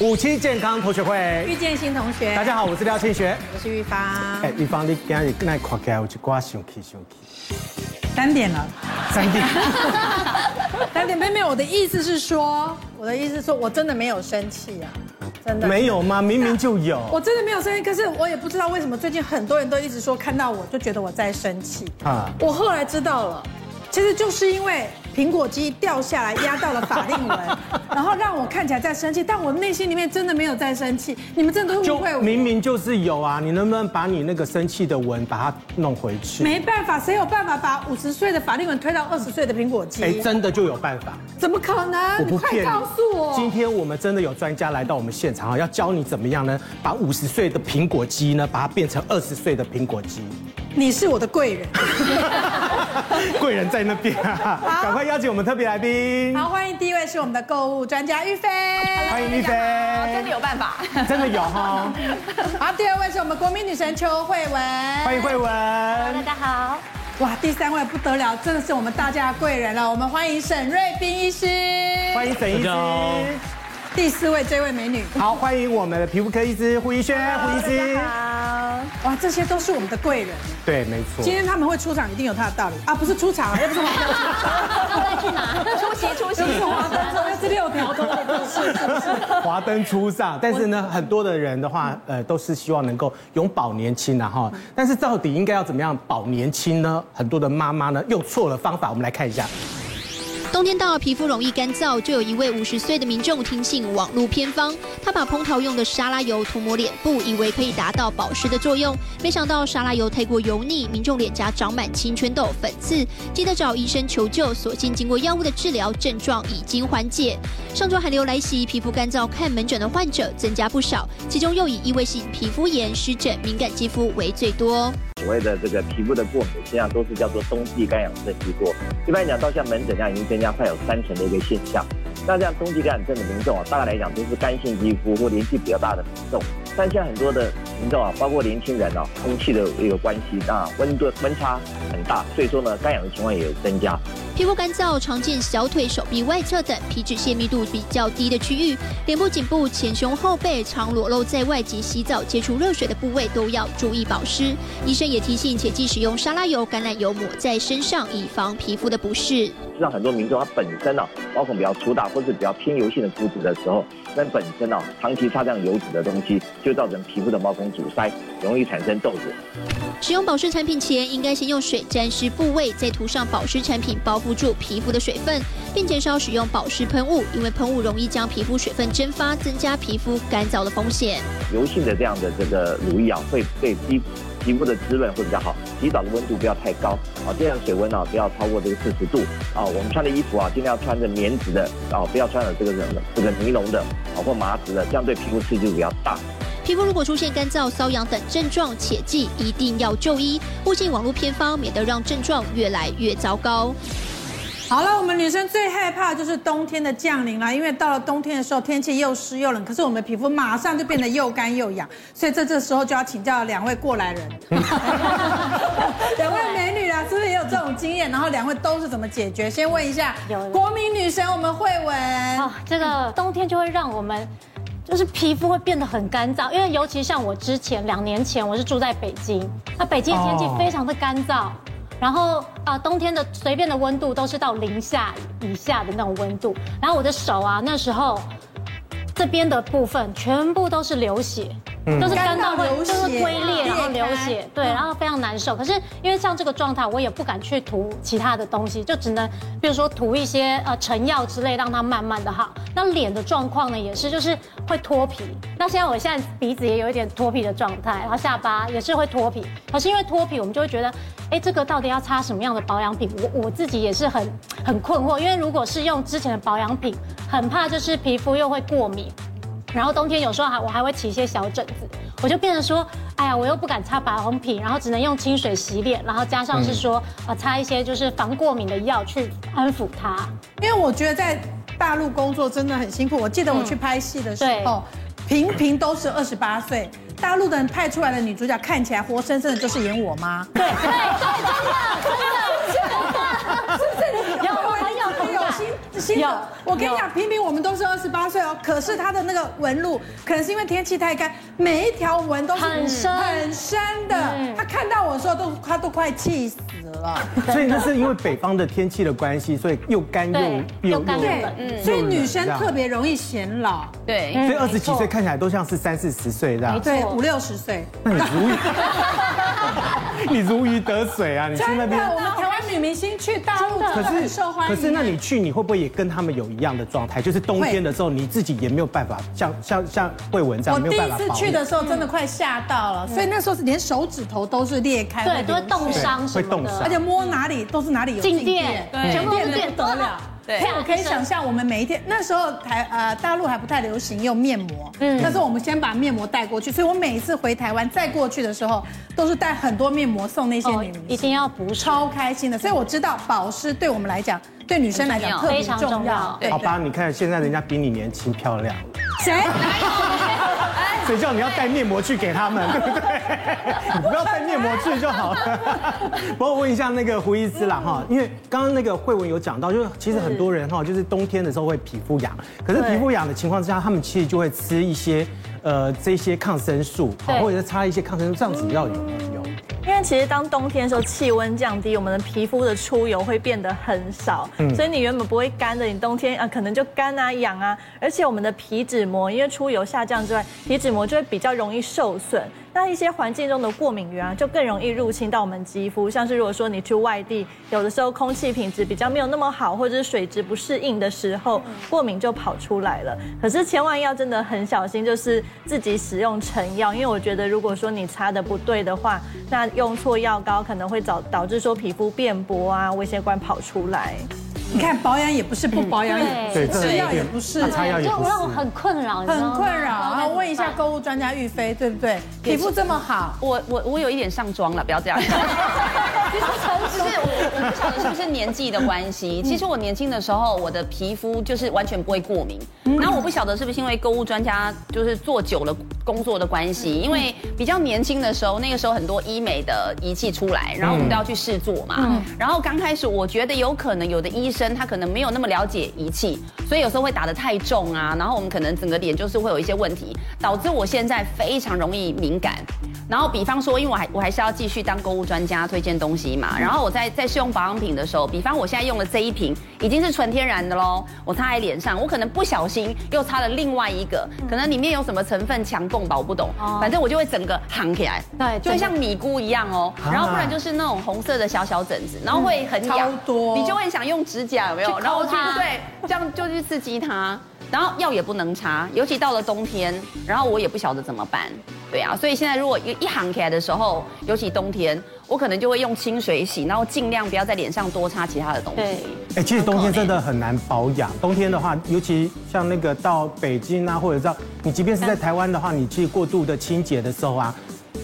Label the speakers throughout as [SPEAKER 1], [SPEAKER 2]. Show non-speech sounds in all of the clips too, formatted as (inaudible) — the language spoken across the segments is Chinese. [SPEAKER 1] 五期健康同学会，
[SPEAKER 2] 遇见新同学，
[SPEAKER 1] 大家好，我是廖庆学。
[SPEAKER 2] 好，我是玉芳。
[SPEAKER 1] 哎，玉芳，你今日那看起来有一挂生气生气，
[SPEAKER 2] 三点了，
[SPEAKER 1] 三弟，
[SPEAKER 2] (laughs)
[SPEAKER 1] (laughs)
[SPEAKER 2] 三点妹妹，我的意思是说，我的意思是说我真的没有生气啊，真的
[SPEAKER 1] 没有吗？明明就有
[SPEAKER 2] 我真的没有生气，可是我也不知道为什么最近很多人都一直说看到我就觉得我在生气
[SPEAKER 1] 啊
[SPEAKER 2] 啊。我后来知道了，其实就是因为苹果肌掉下来压到了法
[SPEAKER 1] (laughs)
[SPEAKER 2] 令纹，然后让我看起来在生气，但我内心里面真的没有在生气。你们真的都误
[SPEAKER 1] 就
[SPEAKER 2] 会我。
[SPEAKER 1] 明明就是有啊！你能不能把你那个生气的文把它弄回去？
[SPEAKER 2] 没办法，谁有办法把五十岁的法令纹推到二十岁的苹果肌？
[SPEAKER 1] 哎，真的就有办法，
[SPEAKER 2] 怎么可能？你快告诉
[SPEAKER 1] 今
[SPEAKER 2] 我！
[SPEAKER 1] 天我们真的有专家来到我们现场啊，要教你怎么样呢？把五十岁的苹果肌呢，把它变成二十岁的苹果 (laughs) 肌。
[SPEAKER 2] 你是我的贵人。
[SPEAKER 1] 贵人在那边、啊，
[SPEAKER 2] 好
[SPEAKER 1] 赶快邀请我们特别来宾，
[SPEAKER 2] (laughs) 好，欢迎第一位是我们的购物专家玉飞。
[SPEAKER 1] 欢迎一菲，
[SPEAKER 3] 真的有办法，
[SPEAKER 1] (laughs) 真的有哈、
[SPEAKER 3] (laughs)
[SPEAKER 2] 好，第二位是我们国民女神邱慧雯。
[SPEAKER 1] 欢迎慧
[SPEAKER 3] 大
[SPEAKER 1] 文，
[SPEAKER 3] 家好，
[SPEAKER 2] 哇，第三位不得了，真的是我们大家的贵人了。我们欢迎沈瑞斌医师。
[SPEAKER 1] 欢迎沈医师，
[SPEAKER 2] 第四位这位美女，
[SPEAKER 1] 好，欢迎我们的皮肤科医师胡医轩，胡医师，
[SPEAKER 3] 好，
[SPEAKER 2] 哇，这些都是我们的贵人。
[SPEAKER 1] 对，没错
[SPEAKER 2] 今。天他们会出场，一定有他的道理啊！不是出场，又不是华
[SPEAKER 3] (laughs)
[SPEAKER 2] 灯初上，
[SPEAKER 3] 出席出席
[SPEAKER 2] 又不是华灯初上，又是六条
[SPEAKER 3] (laughs)
[SPEAKER 2] 通的故事，是不是？
[SPEAKER 1] 华灯初上，但是呢，很多的人的话，
[SPEAKER 3] 嗯
[SPEAKER 1] 呃，都是希望能够永葆年轻啊哈。但是到底应该要怎么样保年轻呢？很多的妈妈呢，用错了方法。我们来看一下，
[SPEAKER 4] 冬天到了，皮肤容易干燥，就有一位五十岁的民众听信网络偏方，他把烹调用的沙拉油涂抹脸部，以为可以达到保湿的作用，没想到沙拉油太过油腻，民众脸颊长满青春痘、粉刺，记得找医生求救。所幸经过药物的治疗，症状已经缓解。上周寒流来袭，皮肤干燥看门诊的患者增加不少，其中又以异位性皮肤炎、湿疹、敏感肌肤为最多。
[SPEAKER 5] 所谓的这个皮肤的过敏，实际上都是叫做冬季干痒症居多。一般来讲，到像门诊这样啊已经增加快有三成的一个现象。那这样冬季干痒症的民众啊，大概来讲都是干性肌肤或年纪比较大的民众。但现在很多的民众啊，包括年轻人啊，空气的一个关系，那温度温差很大，所以说呢，干痒的情况也有增加。
[SPEAKER 4] 皮肤干燥常见小腿、手臂外侧等皮脂泄密度比较低的区域，脸部、颈部、前胸、后背常裸露在外及洗澡接触热水的部位都要注意保湿。医生也提醒，切忌使用沙拉油、橄榄油抹在身上，以防皮肤的不适。
[SPEAKER 5] 实际上，很多民众他本身啊，毛孔比较粗大或是比较偏油性的肤质的时候，那本身啊，长期擦这样油脂的东西，就造成皮肤的毛孔阻塞，容易产生痘子。
[SPEAKER 4] 使用保湿产品前，应该先用水沾湿部位，再涂上保湿产品包覆住皮肤的水分，并减少使用保湿喷雾，因为喷雾容易将皮肤水分蒸发，增加皮肤干燥的风险。
[SPEAKER 5] 油性的这样的这个乳液啊，会对皮皮肤的滋润会比较好。洗澡的温度不要太高啊，尽量水温啊不要超过这个四十度啊。我们穿的衣服啊，尽量穿着棉质的啊，不要穿了这个这个尼龙的啊或麻质的，这样对皮肤刺激比较大。
[SPEAKER 4] 皮肤如果出现干燥、瘙痒等症状，切记一定要就医，勿信网络偏方，免得让症状越来越糟糕。
[SPEAKER 2] 好了，我们女生最害怕就是冬天的降临啦，因为到了冬天的时候，天气又湿又冷，可是我们皮肤马上就变得又干又痒，所以在这时候就要请教两位过来人，两位美女啦，是不是也有这种经验？然后两位都是怎么解决？先问一下
[SPEAKER 3] 有有
[SPEAKER 2] 国民女神我们慧
[SPEAKER 3] 哦
[SPEAKER 2] 雯，，
[SPEAKER 3] 这个冬天就会让我们。就是皮肤会变得很干燥，因为尤其像我之前两年前我是住在北京，那北京的天气
[SPEAKER 1] 哦
[SPEAKER 3] 非常的干燥，然后啊、呃冬天的随便的温度都是到零下以下的那种温度，然后我的手啊那时候这边的部分全部都是流血，都是干
[SPEAKER 2] 干
[SPEAKER 3] 到
[SPEAKER 2] 到流
[SPEAKER 3] 流
[SPEAKER 2] 血
[SPEAKER 3] 就是龟嗯裂，嗯
[SPEAKER 2] 裂
[SPEAKER 3] 然后流
[SPEAKER 2] 开
[SPEAKER 3] 血，对，然后非常难受。可是因为像这个状态，我也不敢去涂其他的东西，就只能比如说涂一些呃成药之类，让它慢慢的好。那脸的状况呢，也是就是会脱皮。那现在我现在鼻子也有一点脱皮的状态，然后下巴也是会脱皮。可是因为脱皮，我们就会觉得，哎，这个到底要擦什么样的保养品？我我自己也是很很困惑，因为如果是用之前的保养品，很怕就是皮肤又会过敏。然后冬天有时候还我还会起一些小疹子，我就变成说，哎呀，我又不敢擦保养品，然后只能用清水洗脸，然后加上
[SPEAKER 1] 嗯
[SPEAKER 3] 是说，呃，擦一些就是防过敏的药去安抚它。
[SPEAKER 2] 因为我觉得在大陆工作真的很辛苦。我记得我去拍戏的时候，频频都是二十八岁，大陆的人派出来的女主角看起来活生生的就是演我妈。
[SPEAKER 3] 对对对，真的真的。
[SPEAKER 2] 有有有有心新
[SPEAKER 3] 有
[SPEAKER 2] 的，我跟你讲，平平我们都是二十八岁哦，可是它的那个纹路，可能是因为天气太干，每一条纹都是
[SPEAKER 3] 很深
[SPEAKER 2] 很深的。
[SPEAKER 3] 嗯
[SPEAKER 2] 他看到我的时候都他都快气死了。
[SPEAKER 1] 所以那是因为北方的天气的关系，所以又干又
[SPEAKER 3] 对又干又
[SPEAKER 2] 对
[SPEAKER 3] 冷，
[SPEAKER 1] 又
[SPEAKER 2] 所以
[SPEAKER 1] 冷
[SPEAKER 2] 女生
[SPEAKER 1] 这样
[SPEAKER 2] 特别容易显老，
[SPEAKER 6] 对，
[SPEAKER 1] 所以二
[SPEAKER 3] 嗯没
[SPEAKER 1] 十几
[SPEAKER 3] 错
[SPEAKER 1] 岁看起来都像是三四十岁这样
[SPEAKER 3] 没。
[SPEAKER 2] 对，
[SPEAKER 3] 错
[SPEAKER 2] 五六十岁。
[SPEAKER 1] 那你如 (laughs) 鱼，你如鱼得水啊！你去
[SPEAKER 2] 真
[SPEAKER 1] 那
[SPEAKER 2] 的，
[SPEAKER 1] 边，
[SPEAKER 2] 我们台湾女明星去大陆真
[SPEAKER 1] 可
[SPEAKER 2] 的很
[SPEAKER 1] 是
[SPEAKER 2] 受欢迎。欸
[SPEAKER 1] 可是那你去，你会不会也跟他们有一样的状态？就是冬天的时候，你自己也没有办法像像像慧文这
[SPEAKER 2] 我
[SPEAKER 1] 样，没
[SPEAKER 2] 第
[SPEAKER 1] 有办
[SPEAKER 2] 一
[SPEAKER 1] 法
[SPEAKER 2] 次
[SPEAKER 1] 保
[SPEAKER 2] 去
[SPEAKER 1] 养
[SPEAKER 2] 的时候真的快吓到了，所以那时候是连手指头都是裂开，
[SPEAKER 3] 对，都会
[SPEAKER 2] 流血
[SPEAKER 3] 冻伤什
[SPEAKER 1] 对会
[SPEAKER 3] 么
[SPEAKER 1] 冻
[SPEAKER 3] 的
[SPEAKER 1] 伤。
[SPEAKER 2] 而且摸哪里都是哪里有
[SPEAKER 3] 静
[SPEAKER 2] 静
[SPEAKER 3] 电
[SPEAKER 2] 电，，
[SPEAKER 6] 对
[SPEAKER 3] 全部都是
[SPEAKER 2] 电
[SPEAKER 3] 电
[SPEAKER 2] 的不得了。
[SPEAKER 6] 对
[SPEAKER 2] 所以我可以想象，我们每一天那时候台呃大陆还不太流行用面膜，
[SPEAKER 3] 嗯
[SPEAKER 2] 嗯，那时候我们先把面膜带过去，所以我每一次回台湾再过去的时候，都是带很多面膜送那些
[SPEAKER 3] 哦
[SPEAKER 2] 女明，
[SPEAKER 3] 一
[SPEAKER 2] 星，
[SPEAKER 3] 定要补充。
[SPEAKER 2] 超开心的。所以我知道保湿对我们来讲，对女生来讲特别
[SPEAKER 3] 非常
[SPEAKER 2] 重
[SPEAKER 3] 重要
[SPEAKER 2] 要。对
[SPEAKER 1] 好吧，你看现在人家比你年轻漂亮，
[SPEAKER 2] 谁？
[SPEAKER 1] (laughs) 谁叫你要带面膜去给他
[SPEAKER 2] (laughs)
[SPEAKER 1] 们，对不对？你不要带面膜去就好了。
[SPEAKER 2] (laughs)
[SPEAKER 1] 不过我问一下那个胡医师啦哈，
[SPEAKER 2] 嗯
[SPEAKER 1] 因为刚刚那个慧文有讲到，就是其实很多人哈，就是冬天的时候会皮肤痒，啊可是皮肤痒的情况之下，他们其实就会吃一些呃这些抗生素，好
[SPEAKER 3] 对
[SPEAKER 1] 或者是擦一些抗生素，这样子要有没有用？
[SPEAKER 7] 因为其实当冬天的时候，气温降低，我们的皮肤的出油会变得很少，所以你原本不会干的，你冬天啊可能就干啊痒啊，而且我们的皮脂膜因为出油下降之外，皮脂膜就会比较容易受损。那一些环境中的过敏源啊，就更容易入侵到我们肌肤。像是如果说你去外地，有的时候空气品质比较没有那么好，或者是水质不适应的时候，过敏就跑出来了。可是千万要真的很小心，就是自己使用成药，因为我觉得如果说你擦的不对的话，那用错药膏可能会导导致说皮肤变薄啊，微血管跑出来。
[SPEAKER 2] 你看保养也不是，不保养也不
[SPEAKER 3] 对
[SPEAKER 2] 是，
[SPEAKER 1] 这
[SPEAKER 2] 哎吃
[SPEAKER 1] 有
[SPEAKER 2] 药也
[SPEAKER 1] 点
[SPEAKER 2] 不是哎
[SPEAKER 1] 那。擦药也
[SPEAKER 3] 就
[SPEAKER 1] 不是
[SPEAKER 3] 让我很困扰，你知道吗
[SPEAKER 2] 很困扰，
[SPEAKER 3] 嗯
[SPEAKER 2] 然后问一下
[SPEAKER 3] 工。
[SPEAKER 2] 购物专家玉飞，对不对？皮肤这么好，
[SPEAKER 6] 我我我有一点上妆了，不要这样。其实我我不晓得是不是年纪的关系。其实我年轻的时候，我的皮肤就是完全不会过敏。然后我不晓得是不是因为购物专家就是做久了工作的关系，因为比较年轻的时候，那个时候很多医美的仪器出来，然后我们都要去试做嘛。然后刚开始我觉得有可能有的医生他可能没有那么了解仪器，所以有时候会打得太重啊，然后我们可能整个脸就是会有一些问题，导致我现在非常容易敏感。然后比方说，因为我还我还是要继续当购物专家推荐东西
[SPEAKER 3] 嗯
[SPEAKER 6] 嘛，然后我在在试用保养品的时候，比方我现在用的这一瓶已经是纯天然的喽，我擦在脸上，我可能不小心又擦了另外一个，可能里面有什么成分强共吧，我不懂
[SPEAKER 3] 嗯哦，
[SPEAKER 6] 反正我就会整个夯起来，
[SPEAKER 3] 对
[SPEAKER 6] 就会像米菇一样哦，
[SPEAKER 1] 啊
[SPEAKER 6] 然后不然就是那种红色的小小疹子，然后会很痒
[SPEAKER 2] 超，多
[SPEAKER 6] 你就会想用指甲有没有？
[SPEAKER 3] 去
[SPEAKER 6] 然后
[SPEAKER 3] 抠
[SPEAKER 6] 我就
[SPEAKER 3] 它
[SPEAKER 6] 对，这样就去刺激它。然后药也不能擦，尤其到了冬天，然后我也不晓得怎么办。对啊，所以现在如果一一行起来的时候，尤其冬天，我可能就会用清水洗，然后尽量不要在脸上多擦其他的东
[SPEAKER 3] 对
[SPEAKER 6] 西。
[SPEAKER 1] 哎，其实冬天真的很难保养。冬天的话，尤其像那个到北京啊，或者到你，即便是在台湾的话，你去过度的清洁的时候啊，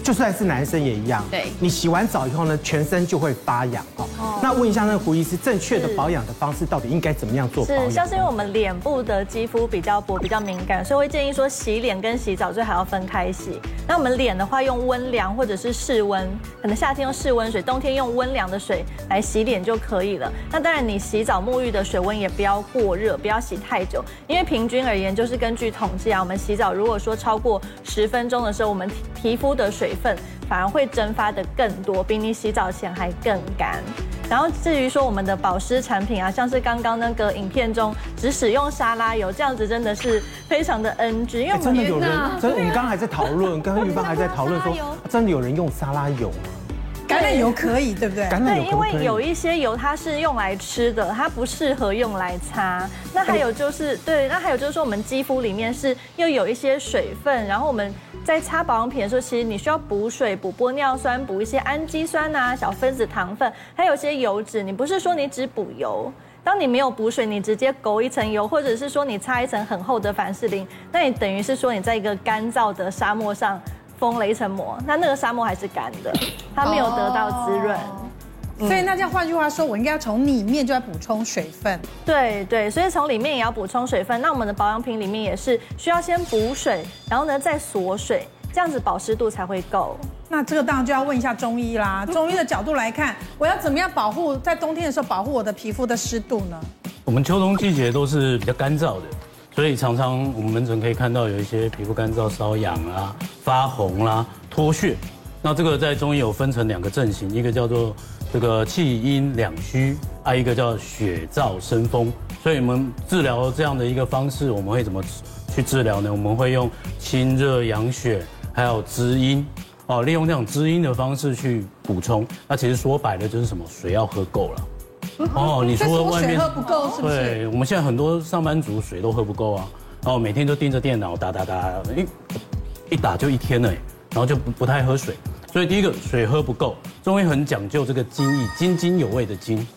[SPEAKER 1] 就算是男生也一样。
[SPEAKER 6] 对
[SPEAKER 1] 你洗完澡以后呢，全身就会发痒哦。那问一下那个胡医师，正确的保养的方式到底应该怎么样做保
[SPEAKER 7] 是，像
[SPEAKER 1] 养
[SPEAKER 7] 是？因为我们脸部的肌肤比较薄、比较敏感，所以会建议说洗脸跟洗澡最好要分开洗。那我们脸的话，用温凉或者是室温，可能夏天用室温水，冬天用温凉的水来洗脸就可以了。那当然，你洗澡沐浴的水温也不要过热，不要洗太久，因为平均而言，就是根据统计啊，我们洗澡如果说超过十分钟的时候，我们皮肤的水分反而会蒸发的更多，比你洗澡前还更干。然后至于说我们的保湿产品啊，像是刚刚那个影片中只使用沙拉油，这样子真的是非常的 NG，因为
[SPEAKER 1] 哎
[SPEAKER 7] 我
[SPEAKER 1] 真
[SPEAKER 7] 们
[SPEAKER 1] 的有人，
[SPEAKER 7] 啊
[SPEAKER 1] 真的，我们刚刚还在讨
[SPEAKER 7] (laughs)
[SPEAKER 1] 论，刚刚玉芳还在讨论说，啊真的有人用沙拉油啊吗？
[SPEAKER 2] 橄榄油可以，对不对？
[SPEAKER 1] 橄榄
[SPEAKER 7] 对，
[SPEAKER 1] 油可
[SPEAKER 7] 因
[SPEAKER 1] 不
[SPEAKER 7] 为
[SPEAKER 1] 可以？
[SPEAKER 7] 有一些油它是用来吃的，它不适合用来擦。那
[SPEAKER 1] 哦
[SPEAKER 7] 还有就是，对，那还有就是说，我们肌肤里面是又有一些水分，然后我们在擦保养品的时候，其实你需要补水、补玻尿酸、补一些氨基酸啊、小分子糖分，还有一些油脂。你不是说你只补油。当你没有补水，你直接勾一层油，或者是说你擦一层很厚的凡士林，那你等于是说你在一个干燥的沙漠上封了一层膜，那那个沙漠还是干的，它没有得到滋润。
[SPEAKER 2] 所以那这样换句话说，我应该要从里面就要补充水分。
[SPEAKER 7] 对对，所以从里面也要补充水分。那我们的保养品里面也是需要先补水，然后呢再锁水，这样子保湿度才会够。
[SPEAKER 2] 那这个当然就要问一下中医
[SPEAKER 3] (laughs)
[SPEAKER 2] 啦。中医的角度来看，我要怎么样保护在冬天的时候保护我的皮肤的湿度呢？
[SPEAKER 1] 我
[SPEAKER 8] 我们秋冬季节都是比较干燥的，所以常常我们门诊可以看到有一些皮肤干燥、瘙痒啊、发红啦、脱屑。那这个在中医有分成两个阵型，一个叫做这个气阴两虚，啊，一个叫血燥生风。所以我们治疗这样的一个方式，我们会怎么去治疗呢？我们会用清热养血，还有滋阴。哦，利用这种滋阴的方式去补充，那其实说白了就是什么，水要喝够了。哦，你
[SPEAKER 2] 但是
[SPEAKER 8] 除了
[SPEAKER 2] 我
[SPEAKER 8] 外
[SPEAKER 2] 水
[SPEAKER 8] 面
[SPEAKER 2] 喝不够，是不是？
[SPEAKER 8] 对，我们现在很多上班族水都喝不够啊，然后每天都盯着电脑打打打，一一打就一天了耶，然后就不不太喝水。所以第一个水喝不够，中医很讲究这个津液，津津有味的津。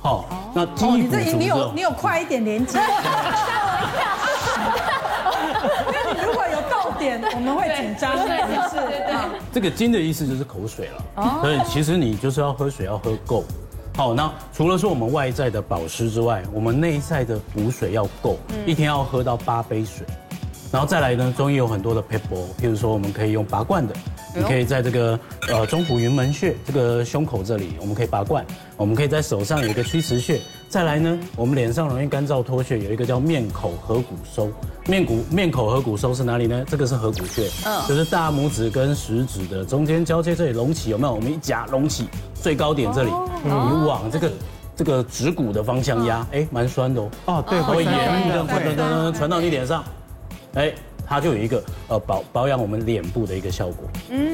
[SPEAKER 8] 好、那津液
[SPEAKER 2] 哦你
[SPEAKER 8] 补
[SPEAKER 2] 这
[SPEAKER 8] 足
[SPEAKER 2] 你
[SPEAKER 8] 之后
[SPEAKER 2] 有你，有快一点连接，吓我一跳，因为你如果有逗点，我们会紧张，是不是？
[SPEAKER 8] 这个津的意思就是口水
[SPEAKER 2] 哦
[SPEAKER 8] 了。所以其实你就是要喝水要喝够。好，那除了说我们外在的保湿之外，我们内在的补水要够，
[SPEAKER 2] 嗯
[SPEAKER 8] 一天要喝到八杯水。然后再来呢，中医有很多的 p e p l e 譬如说我们可以用拔罐的，你可以在这个呃中府云门穴这个胸口这里，我们可以拔罐，我们可以在手上有一个曲池穴。再来呢，我们脸上容易干燥脱屑，有一个叫面口合谷收。面骨面口合谷收是哪里呢？这个是合谷穴，就是大拇指跟食指的中间交接这里隆起，有没有？我们一夹隆起最高点这里，你往这个这个指骨的方向压，哎，蛮酸的哦。
[SPEAKER 1] 哦，对，
[SPEAKER 8] 会
[SPEAKER 1] 会
[SPEAKER 8] 沿路这样
[SPEAKER 1] 会
[SPEAKER 8] 传传传传传到你脸上，哎，它就有一个呃保保养我们脸部的一个效果。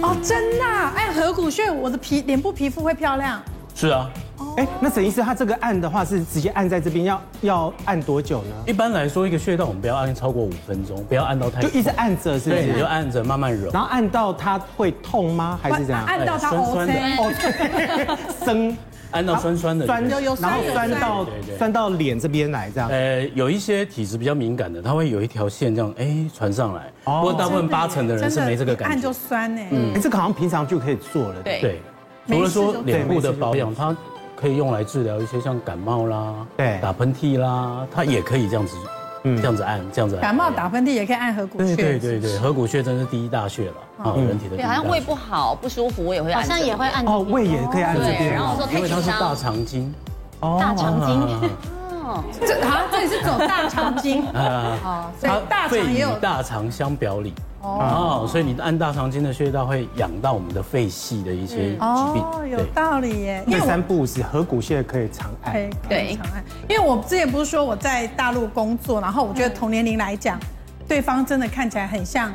[SPEAKER 2] 哦，真的啊，按合谷穴，我的皮脸部皮肤会漂亮。
[SPEAKER 8] 是啊，
[SPEAKER 1] 哎，那沈医师，他这个按的话是直接按在这边，要要按多久呢？
[SPEAKER 8] 一般来说一个穴道我们不要按超过五分钟，不要按到太
[SPEAKER 1] 就一直
[SPEAKER 8] 痛，
[SPEAKER 1] 按着，是不？
[SPEAKER 8] 对，你就是按着慢慢揉。
[SPEAKER 1] 然后按到它会痛吗？还是怎样？
[SPEAKER 2] 按到它
[SPEAKER 8] 哎酸
[SPEAKER 2] O
[SPEAKER 8] 酸的
[SPEAKER 2] C，
[SPEAKER 1] 哦， (laughs) 对，生
[SPEAKER 8] 按到酸酸的
[SPEAKER 1] 酸，
[SPEAKER 8] 地方
[SPEAKER 2] 有有
[SPEAKER 1] 然
[SPEAKER 2] 酸
[SPEAKER 1] 后
[SPEAKER 2] 有
[SPEAKER 1] 酸
[SPEAKER 2] 酸
[SPEAKER 1] 到
[SPEAKER 8] 对对
[SPEAKER 1] 酸到脸这边来，这样。
[SPEAKER 8] 呃，有一些体质比较敏感的，它会有一条线这样哎传上来，
[SPEAKER 1] 哦
[SPEAKER 8] 不过大部分八成的人哎是没这个感
[SPEAKER 2] 按
[SPEAKER 8] 觉嗯
[SPEAKER 2] 就。酸欸呢。
[SPEAKER 1] 哎，这个好像平常就可以做了。
[SPEAKER 6] 对
[SPEAKER 8] 对，
[SPEAKER 2] 没
[SPEAKER 8] 除了
[SPEAKER 2] 事就对
[SPEAKER 8] 说脸部的
[SPEAKER 1] 没事就
[SPEAKER 8] 保养，它可以用来治疗一些像感冒啦、
[SPEAKER 1] 对
[SPEAKER 8] 打喷嚏啦，它也可以这样子，
[SPEAKER 1] 嗯
[SPEAKER 8] 这样子按，这样子按
[SPEAKER 2] 感冒打喷嚏也可以按合谷
[SPEAKER 8] 对
[SPEAKER 2] 穴。
[SPEAKER 8] 对对对，合谷穴真是第一大穴了啊，人体的第一
[SPEAKER 6] 对，
[SPEAKER 8] 大
[SPEAKER 6] 好
[SPEAKER 8] 穴。
[SPEAKER 6] 像胃不好不舒服，我也会
[SPEAKER 3] 好
[SPEAKER 6] 按这个，
[SPEAKER 3] 像也会按
[SPEAKER 1] 哦，胃也可以按这
[SPEAKER 6] 对，
[SPEAKER 1] 边
[SPEAKER 6] 然。后说
[SPEAKER 8] 因
[SPEAKER 6] 太
[SPEAKER 8] 为它
[SPEAKER 6] 紧
[SPEAKER 8] 是大
[SPEAKER 6] 张，
[SPEAKER 8] 肠经，
[SPEAKER 3] 大肠经。
[SPEAKER 1] 啊
[SPEAKER 3] (laughs)
[SPEAKER 2] 这好像这里是走大肠经，
[SPEAKER 8] (laughs) 啊，
[SPEAKER 2] 哦所以大
[SPEAKER 8] 肺
[SPEAKER 2] 肠也
[SPEAKER 8] 与
[SPEAKER 2] 有
[SPEAKER 8] 大肠相表里。哦，所以你按大肠经的穴道会养到我们的肺系的一些疾病
[SPEAKER 2] 哦，，有
[SPEAKER 8] 对，
[SPEAKER 2] 道理耶。因
[SPEAKER 1] 那
[SPEAKER 2] 为我
[SPEAKER 1] 三步是合谷穴可以常按
[SPEAKER 2] 可。以
[SPEAKER 6] 对
[SPEAKER 2] 长按，因为我之前不是说我在大陆工作，然后我觉得同年龄来讲，对方真的看起来很像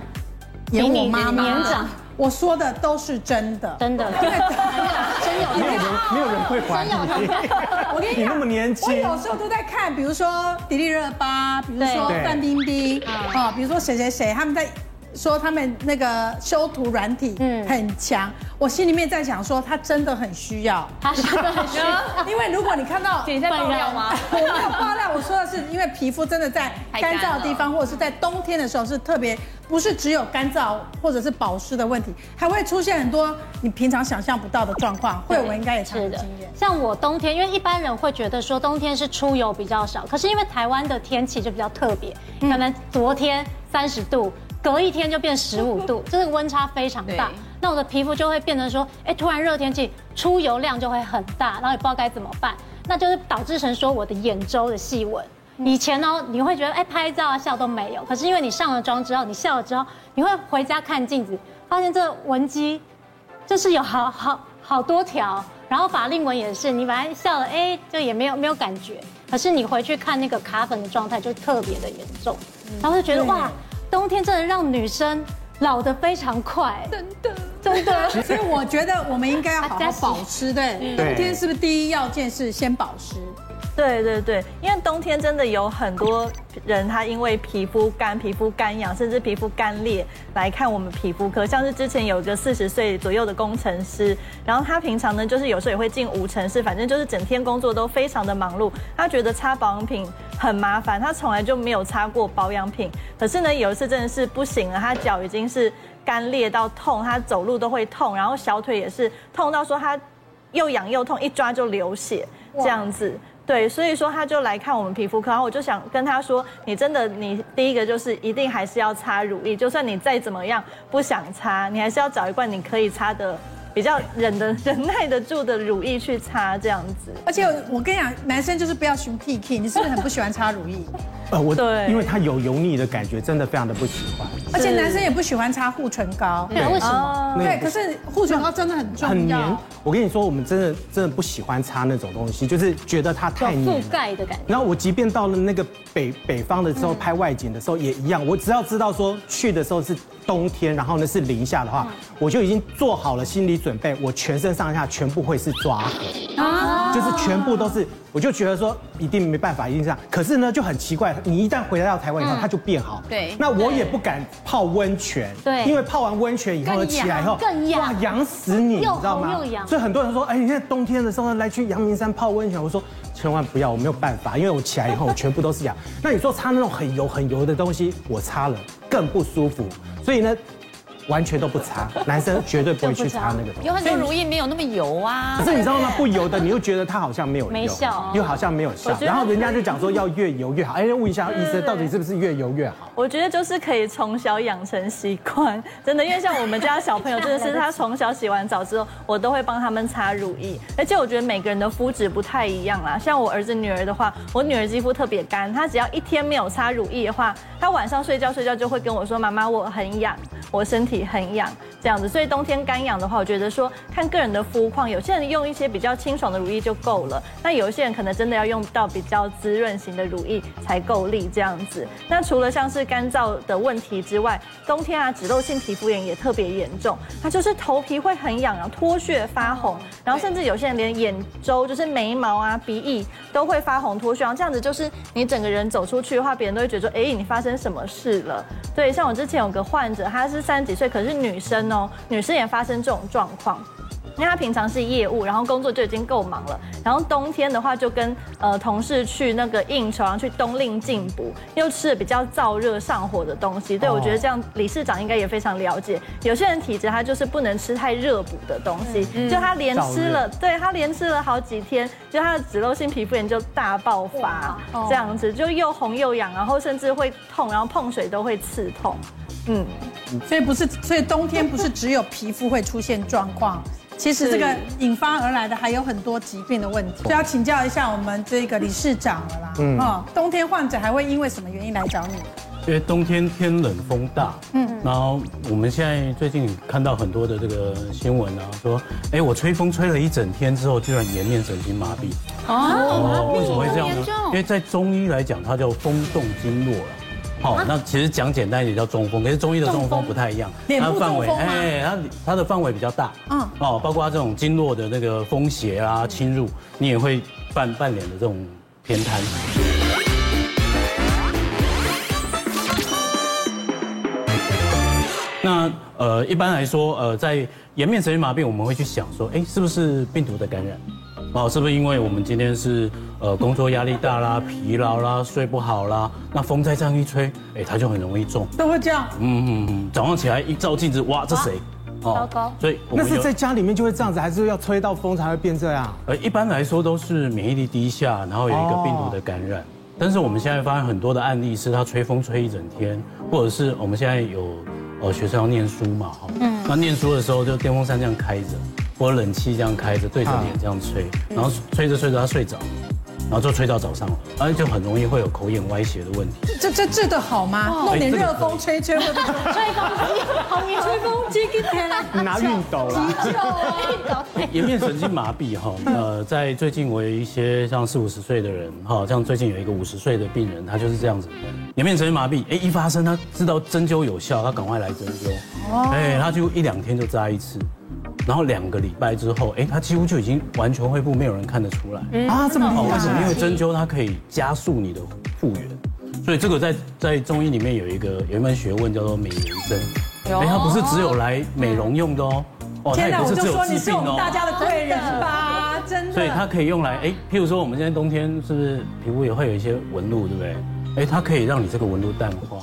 [SPEAKER 2] 演我妈
[SPEAKER 3] 比
[SPEAKER 2] 妈
[SPEAKER 3] 你年长，
[SPEAKER 2] 我说的都是真的，
[SPEAKER 3] 真的，
[SPEAKER 2] 因为 (laughs)
[SPEAKER 3] 真有
[SPEAKER 1] 没有人没有人会怀疑。 (laughs)
[SPEAKER 2] 我跟你
[SPEAKER 1] 你
[SPEAKER 2] 讲，
[SPEAKER 1] 那么年轻
[SPEAKER 2] 我有时候都在看，比如说迪丽热巴，比如说
[SPEAKER 1] 对
[SPEAKER 2] 范冰冰，啊，比如说谁谁谁，他们在说他们那个修图软体
[SPEAKER 3] 嗯
[SPEAKER 2] 很强，我心里面在想说，他真的很需要，
[SPEAKER 3] 他真的
[SPEAKER 2] (laughs)
[SPEAKER 3] 很需要。
[SPEAKER 2] 因为如果你看到
[SPEAKER 6] 你在爆料吗？
[SPEAKER 2] 我没有爆料，我说的是，因为皮肤真的在
[SPEAKER 6] 太干
[SPEAKER 2] 干燥
[SPEAKER 6] 了
[SPEAKER 2] 的地方，或者是在冬天的时候是特别，不是只有干燥或者是保湿的问题，还会出现很多你平常想象不到的状况。慧文应该也常有
[SPEAKER 3] 是的
[SPEAKER 2] 经验，。
[SPEAKER 3] 像我冬天，因为一般人会觉得说冬天是出游比较少，可是因为台湾的天气就比较特别，
[SPEAKER 2] 嗯
[SPEAKER 3] 可能昨天三十度，隔一天就变十五
[SPEAKER 2] (laughs)
[SPEAKER 3] 度，这个温差非常大
[SPEAKER 6] 对。
[SPEAKER 3] 那我的皮肤就会变成说，哎，突然热天气，出油量就会很大，然后也不知道该怎么办，那就是导致成说我的眼周的细纹。以前哦，你会觉得哎拍照啊笑都没有，可是因为你上了妆之后，你笑了之后，你会回家看镜子，发现这纹肌就是有好好好多条，然后法令纹也是，你本来笑了，哎，就也没有没有感觉，可是你回去看那个卡粉的状态就特别的严重，然后就觉得哇，冬天真的让女生老得非常快，真的真
[SPEAKER 2] (laughs)
[SPEAKER 3] 的，
[SPEAKER 2] 所以我觉得我们应该要好
[SPEAKER 3] 大家
[SPEAKER 2] 好
[SPEAKER 3] 洗
[SPEAKER 2] 保湿，对，冬天是不是第一要件是先保湿？
[SPEAKER 7] 对对对，因为冬天真的有很多人，他因为皮肤干、皮肤干痒，甚至皮肤干裂来看我们皮肤科。像是之前有一个四十岁左右的工程师，然后他平常呢，就是有时候也会进无尘室，反正就是整天工作都非常的忙碌。他觉得擦保养品很麻烦，他从来就没有擦过保养品。可是呢，有一次真的是不行了，他脚已经是干裂到痛，他走路都会痛，然后小腿也是痛到说他又痒又痛，一抓就流血这样子。对，所以说他就来看我们皮肤科，然后我就想跟他说，你真的，你第一个就是一定还是要擦乳液，就算你再怎么样不想擦，你还是要找一罐你可以擦的比较忍的忍耐得住的乳液去擦这样子。
[SPEAKER 2] 而且我跟你讲，男生就是不要寻 P K，你是不是很不喜欢擦乳液？
[SPEAKER 1] 呃，我
[SPEAKER 7] 对
[SPEAKER 1] 因为它有油腻的感觉，真的非常的不喜欢。
[SPEAKER 2] 而且男生也不喜欢擦护唇膏。
[SPEAKER 3] 对，啊为什么？
[SPEAKER 1] 那
[SPEAKER 2] 对，
[SPEAKER 1] 个
[SPEAKER 2] 可是护唇膏真的很
[SPEAKER 1] 很
[SPEAKER 2] 重
[SPEAKER 1] 黏
[SPEAKER 2] 要。，
[SPEAKER 1] 我跟你说，我们真的真的不喜欢擦那种东西，就是觉得它太黏
[SPEAKER 3] 有
[SPEAKER 1] 了。
[SPEAKER 3] 覆盖的感觉。
[SPEAKER 1] 然后我即便到了那个北北方的时候拍外景的时候也一样，我只要知道说去的时候是冬天，然后呢是零下的话，
[SPEAKER 3] 嗯
[SPEAKER 1] 我就已经做好了心理准备，我全身上下全部会是抓痕，
[SPEAKER 3] 啊
[SPEAKER 1] 就是全部都是，我就觉得说一定没办法，一定这样。可是呢就很奇怪，你一旦回来到台湾以后，它就变好。
[SPEAKER 6] 对
[SPEAKER 1] 那我也不敢泡温泉，
[SPEAKER 3] 对
[SPEAKER 1] 因为泡完温泉以后呢
[SPEAKER 3] 更痒
[SPEAKER 1] 起来以后，
[SPEAKER 3] 更痒
[SPEAKER 1] 哇，痒死你，你
[SPEAKER 3] 又
[SPEAKER 1] 知道吗
[SPEAKER 3] 红又？痒
[SPEAKER 1] 所以很多人说，哎，你现在冬天的时候来去阳明山泡温泉，我说千万不要，我没有办法，因为我起来以后我全部都是痒。那你说擦那种很油很油的东西，我擦了更不舒服，所以呢，完全都不擦，男生绝对不会去擦那个东西。
[SPEAKER 6] 有很多乳液没有那么油啊
[SPEAKER 1] 可。是你知道吗？不油的，你又觉得它好像没有油
[SPEAKER 3] 没效
[SPEAKER 1] 又好像没有效。然后人家就讲说要越油越好。哎，问一下医生，到底是不是越油越好？
[SPEAKER 7] 我觉得就是可以从小养成习惯，真的，因为像我们家小朋友，真的是他从小洗完澡之后，我都会帮他们擦乳液。而且我觉得每个人的肤质不太一样啦，像我儿子女儿的话，我女儿肌肤特别干，她只要一天没有擦乳液的话，她晚上睡觉睡觉就会跟我说：“妈妈，我很痒，我身体很痒。”这样子，所以冬天干痒的话，我觉得说看个人的肤况，有些人用一些比较清爽的乳液就够了，那有一些人可能真的要用到比较滋润型的乳液才够力这样子。那除了像是干燥的问题之外，冬天啊脂漏性皮肤炎也特别严重，它就是头皮会很痒，然后脱屑发红，然后甚至有些人连眼周就是眉毛啊、鼻翼都会发红脱屑，然后这样子就是你整个人走出去的话，别人都会觉得说，哎，你发生什么事了？对，像我之前有个患者，她是三十几岁，可是女生哦，女生也发生这种状况。因为她平常是业务，然后工作就已经够忙了，然后冬天的话就跟呃同事去那个应酬，然后去冬令进补，又吃了比较燥热上火的东西。对，
[SPEAKER 1] 哦
[SPEAKER 7] 我觉得这样理事长应该也非常了解，有些人体质他就是不能吃太热补的东西，就他连吃了，对他连吃了好几天，就他的脂漏性皮肤炎就大爆发，这样子就又红又痒，然后甚至会痛，然后碰水都会刺痛。嗯，
[SPEAKER 2] 所以不是，所以冬天不是只有皮肤会出现状况，其实这个引发而来的还有很多疾病的问题，就要请教一下我们这个理事长了啦。嗯，哦，冬天患者还会因为什么原因来找你？
[SPEAKER 8] 因为冬天天冷风大，嗯，然后我们现在最近看到很多的这个新闻啊，说，哎，我吹风吹了一整天之后，居然颜面神经麻痹。哦，为什么会这样呢？因为在中医来讲，它叫风动经络了。
[SPEAKER 2] 啊
[SPEAKER 8] 好，那其实讲简单一点叫中风，可是中医的中风不太一样，
[SPEAKER 2] 脸部
[SPEAKER 8] 它的范围
[SPEAKER 2] 中风吗
[SPEAKER 8] 哎，它它的范围比较大，嗯，哦，包括它这种经络的那个风邪啊侵入，你也会半半脸的这种偏瘫。那呃，一般来说，呃，在颜面神经麻痹，我们会去想说，哎，是不是病毒的感染？哦，是不是因为我们今天是呃工作压力大啦、疲劳啦、睡不好啦，那风再这样一吹，哎，它就很容易中。
[SPEAKER 2] 都会这样，
[SPEAKER 8] 嗯嗯嗯，早上起来一照镜子，哇，这谁？哦，糟糕。所以我
[SPEAKER 1] 那
[SPEAKER 8] 们
[SPEAKER 1] 是
[SPEAKER 8] 有
[SPEAKER 1] 在家里面就会这样子，还是要吹到风才会变这样？
[SPEAKER 8] 呃，一般来说都是免疫力低下，然后有一个
[SPEAKER 1] 哦
[SPEAKER 8] 病毒的感染。但是我们现在发现很多的案例是他吹风吹一整天，或者是我们现在有呃学生要念书嘛，哈，那念书的时候就电风扇这样开着，或者冷气这样开着，对着脸这样吹，然后吹着吹着他睡着，然后就吹到早上了，而且就很容易会有口眼歪斜的问题。
[SPEAKER 2] 这这治得好吗？弄点
[SPEAKER 8] 哎这个
[SPEAKER 2] 热风吹吹会不会？
[SPEAKER 3] 吹风机，好油，吹风机给他
[SPEAKER 1] (laughs) 你拿熨斗啦。
[SPEAKER 8] 颜面神经麻
[SPEAKER 2] (laughs)
[SPEAKER 8] 痹哈，呃，在最近我有一些像四五十岁的人哈，像最近有一个五十岁的病人，他就是这样子，颜面神经麻痹，哎，一发生他知道针灸有效，他赶快来针
[SPEAKER 2] 哦
[SPEAKER 8] 灸，哎，他就一两天就扎一次，然后两个礼拜之后，哎，他几乎就已经完全恢复，没有人看得出来。
[SPEAKER 2] 嗯
[SPEAKER 1] 啊，这么
[SPEAKER 8] 哦，
[SPEAKER 1] 厉
[SPEAKER 8] 为什么？
[SPEAKER 1] 害！
[SPEAKER 8] 因为针灸它可以加速你的复原，所以这个在在中医里面有一个有一门学问叫做美容针，哎，它不是只有来美容用的哦，哦，它
[SPEAKER 2] 天
[SPEAKER 8] 也
[SPEAKER 2] 哪，
[SPEAKER 8] 不
[SPEAKER 2] 我
[SPEAKER 8] 是
[SPEAKER 2] 就
[SPEAKER 8] 只有
[SPEAKER 2] 说你
[SPEAKER 8] 治
[SPEAKER 2] 是
[SPEAKER 8] 病
[SPEAKER 2] 我们
[SPEAKER 8] 哦。
[SPEAKER 2] 大家的贵人吧，真
[SPEAKER 8] 所以它
[SPEAKER 2] 的。
[SPEAKER 8] 可以用来，哎，譬如说我们现在冬天是不是皮肤也会有一些纹路，对不对？哎，它可以让你这个纹路淡化。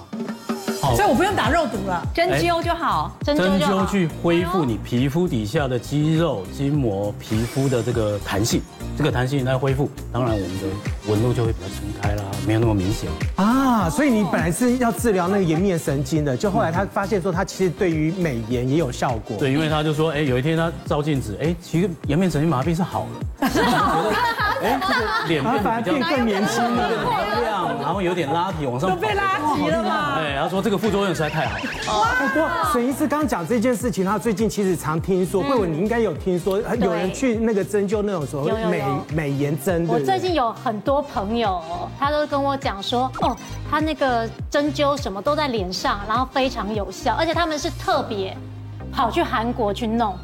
[SPEAKER 8] 好、好
[SPEAKER 2] 所以我不用打肉毒了。
[SPEAKER 6] 针灸就好。
[SPEAKER 3] 针灸
[SPEAKER 8] 针
[SPEAKER 3] 就
[SPEAKER 8] 灸
[SPEAKER 3] 好。
[SPEAKER 8] 去恢复你皮肤底下的肌肉、筋膜、皮肤的这个弹性，这个弹性来恢复，当然我们的纹路就会比较撑开啦，没有那么明显。
[SPEAKER 1] 啊，所以你本来是要治疗那个颜面神经的，就后来他发现说，他其实对于美颜也有效果。
[SPEAKER 8] 对，因为他就说，哎，有一天他照镜子，哎，其实颜面神经麻痹是好了，
[SPEAKER 3] (laughs)
[SPEAKER 8] 是好了，哎，这个脸
[SPEAKER 1] 他啊
[SPEAKER 8] 变
[SPEAKER 1] 反而
[SPEAKER 8] 得比
[SPEAKER 1] 变
[SPEAKER 8] 较
[SPEAKER 1] 更年轻了。
[SPEAKER 8] (laughs) 漂亮，然后有点拉皮往上
[SPEAKER 2] 都
[SPEAKER 8] 跑，
[SPEAKER 2] 被拉急了嘛？
[SPEAKER 8] 哎，他说这个副作用实在太好了。
[SPEAKER 1] 哎不过沈医师刚讲这件事情，他最近其实常听说，慧文你应该有听说，呃有人去那个针灸那种所谓
[SPEAKER 3] 有有有
[SPEAKER 1] 美美颜针，对
[SPEAKER 3] (laughs) 我
[SPEAKER 1] 不
[SPEAKER 3] 最
[SPEAKER 1] 对
[SPEAKER 3] 近有很多朋友哦，他都跟我讲说，哦，他那个针灸什么都在脸上，然后非常有效，而且他们是特别跑去韩国去弄。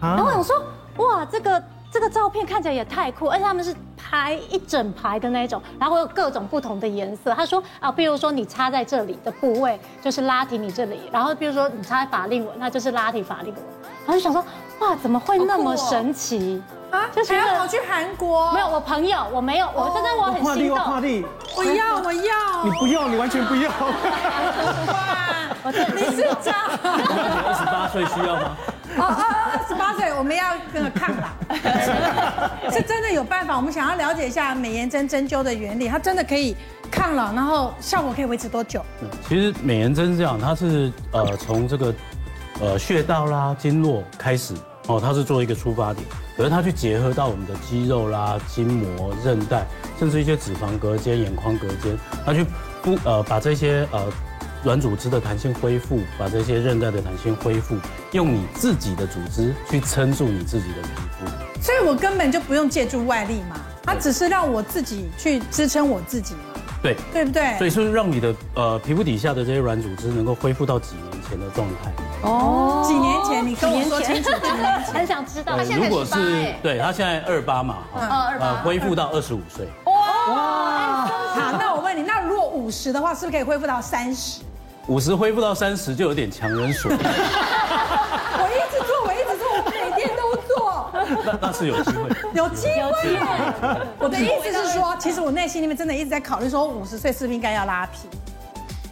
[SPEAKER 3] 然后我
[SPEAKER 1] 啊
[SPEAKER 3] 想说，哇，这个这个照片看起来也太酷，而且他们是排一整排的那一种，然后会有各种不同的颜色。他说啊，比如说你插在这里的部位就是拉提你这里，然后比如说你插在法令纹，那就是拉提法令纹。然后就想说，哇，怎么会那么神奇？
[SPEAKER 2] 啊，
[SPEAKER 3] 就觉
[SPEAKER 2] 还
[SPEAKER 3] 得
[SPEAKER 2] 要跑去韩国？
[SPEAKER 3] 没有，，我朋友我没有，我但 (laughs) 是我
[SPEAKER 1] 跨
[SPEAKER 3] 很
[SPEAKER 1] 地
[SPEAKER 3] 心
[SPEAKER 1] 哦
[SPEAKER 3] 动。
[SPEAKER 1] 跨地，
[SPEAKER 2] 我要，我
[SPEAKER 1] 你 (laughs)
[SPEAKER 2] 要。
[SPEAKER 1] 不用，你完全不
[SPEAKER 3] (laughs)
[SPEAKER 1] 用。
[SPEAKER 2] 哇，理事长，
[SPEAKER 8] 二十八岁需要吗？
[SPEAKER 2] 哦哦，二十八岁，我们要那个抗 (laughs) 老，是真的有办法。我们想要了解一下美颜针针灸的原理，它真的可以抗老，然后效果可以维持多久？
[SPEAKER 8] 其实美颜针是这样，它是呃从这个呃穴道啦、经络开始哦，它是做一个出发点，可是它去结合到我们的肌肉啦、筋膜、韧带，甚至一些脂肪隔间、眼眶隔间，它去不呃把这些呃。软组织的弹性恢复，把这些韧带的弹性恢复，用你自己的组织去撑住你自己的皮肤。
[SPEAKER 2] 所以我根本就不用借助外力嘛，它只是让我自己去支撑我自己嘛，
[SPEAKER 8] 对，
[SPEAKER 2] 对不对？
[SPEAKER 8] 所以是让你的呃皮肤底下的这些软组织能够恢复到几年前的状态。
[SPEAKER 2] 几年前你跟我说清楚，哦几年前
[SPEAKER 3] 很想知道
[SPEAKER 8] 呃，
[SPEAKER 3] 现
[SPEAKER 8] 如
[SPEAKER 3] 在
[SPEAKER 8] 果
[SPEAKER 6] 18
[SPEAKER 8] 是
[SPEAKER 6] 哎
[SPEAKER 8] 对他现在二八嘛，哈，呃，恢复到二十五岁，
[SPEAKER 2] (laughs) 好，那我问你，那如果五十的话，是不是可以恢复到三十？
[SPEAKER 8] 五十恢复到三十就有点强人所难，
[SPEAKER 2] 我一直做，我一直做，我每天都做，
[SPEAKER 8] 那那是有机会。
[SPEAKER 2] (laughs) 有机会耶。我的意思是说，其实我内心里面真的一直在考虑，说五十岁是不是应该要拉皮，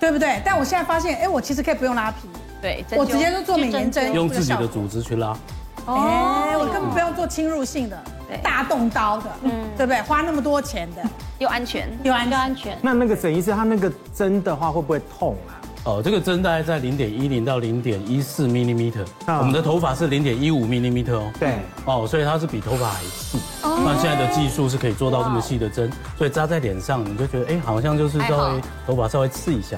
[SPEAKER 2] 对不对？但我现在发现，哎，我其实可以不用拉皮，
[SPEAKER 6] 对，针灸
[SPEAKER 2] 我直接就做美颜针，
[SPEAKER 8] 用自己的组织去拉，
[SPEAKER 2] 哎，我根本不用做侵入性的
[SPEAKER 6] 对、
[SPEAKER 2] 大动刀的，对不对？花那么多钱的，
[SPEAKER 6] 又安全。
[SPEAKER 2] 又安
[SPEAKER 3] 就
[SPEAKER 2] 全。
[SPEAKER 3] 安全。
[SPEAKER 1] 那那个沈医师他那个针的话会不会痛啊？
[SPEAKER 8] 哦，这个针大概在零点一零到零点一四 m m
[SPEAKER 1] 啊
[SPEAKER 8] 我们的头发是零点一五 m m 哦，
[SPEAKER 1] 对，
[SPEAKER 8] 哦，所以它是比头发还细。那现在的技术是可以做到这么细的针，所以扎在脸上你就觉得，哎，好像就是稍微头发稍微刺一下。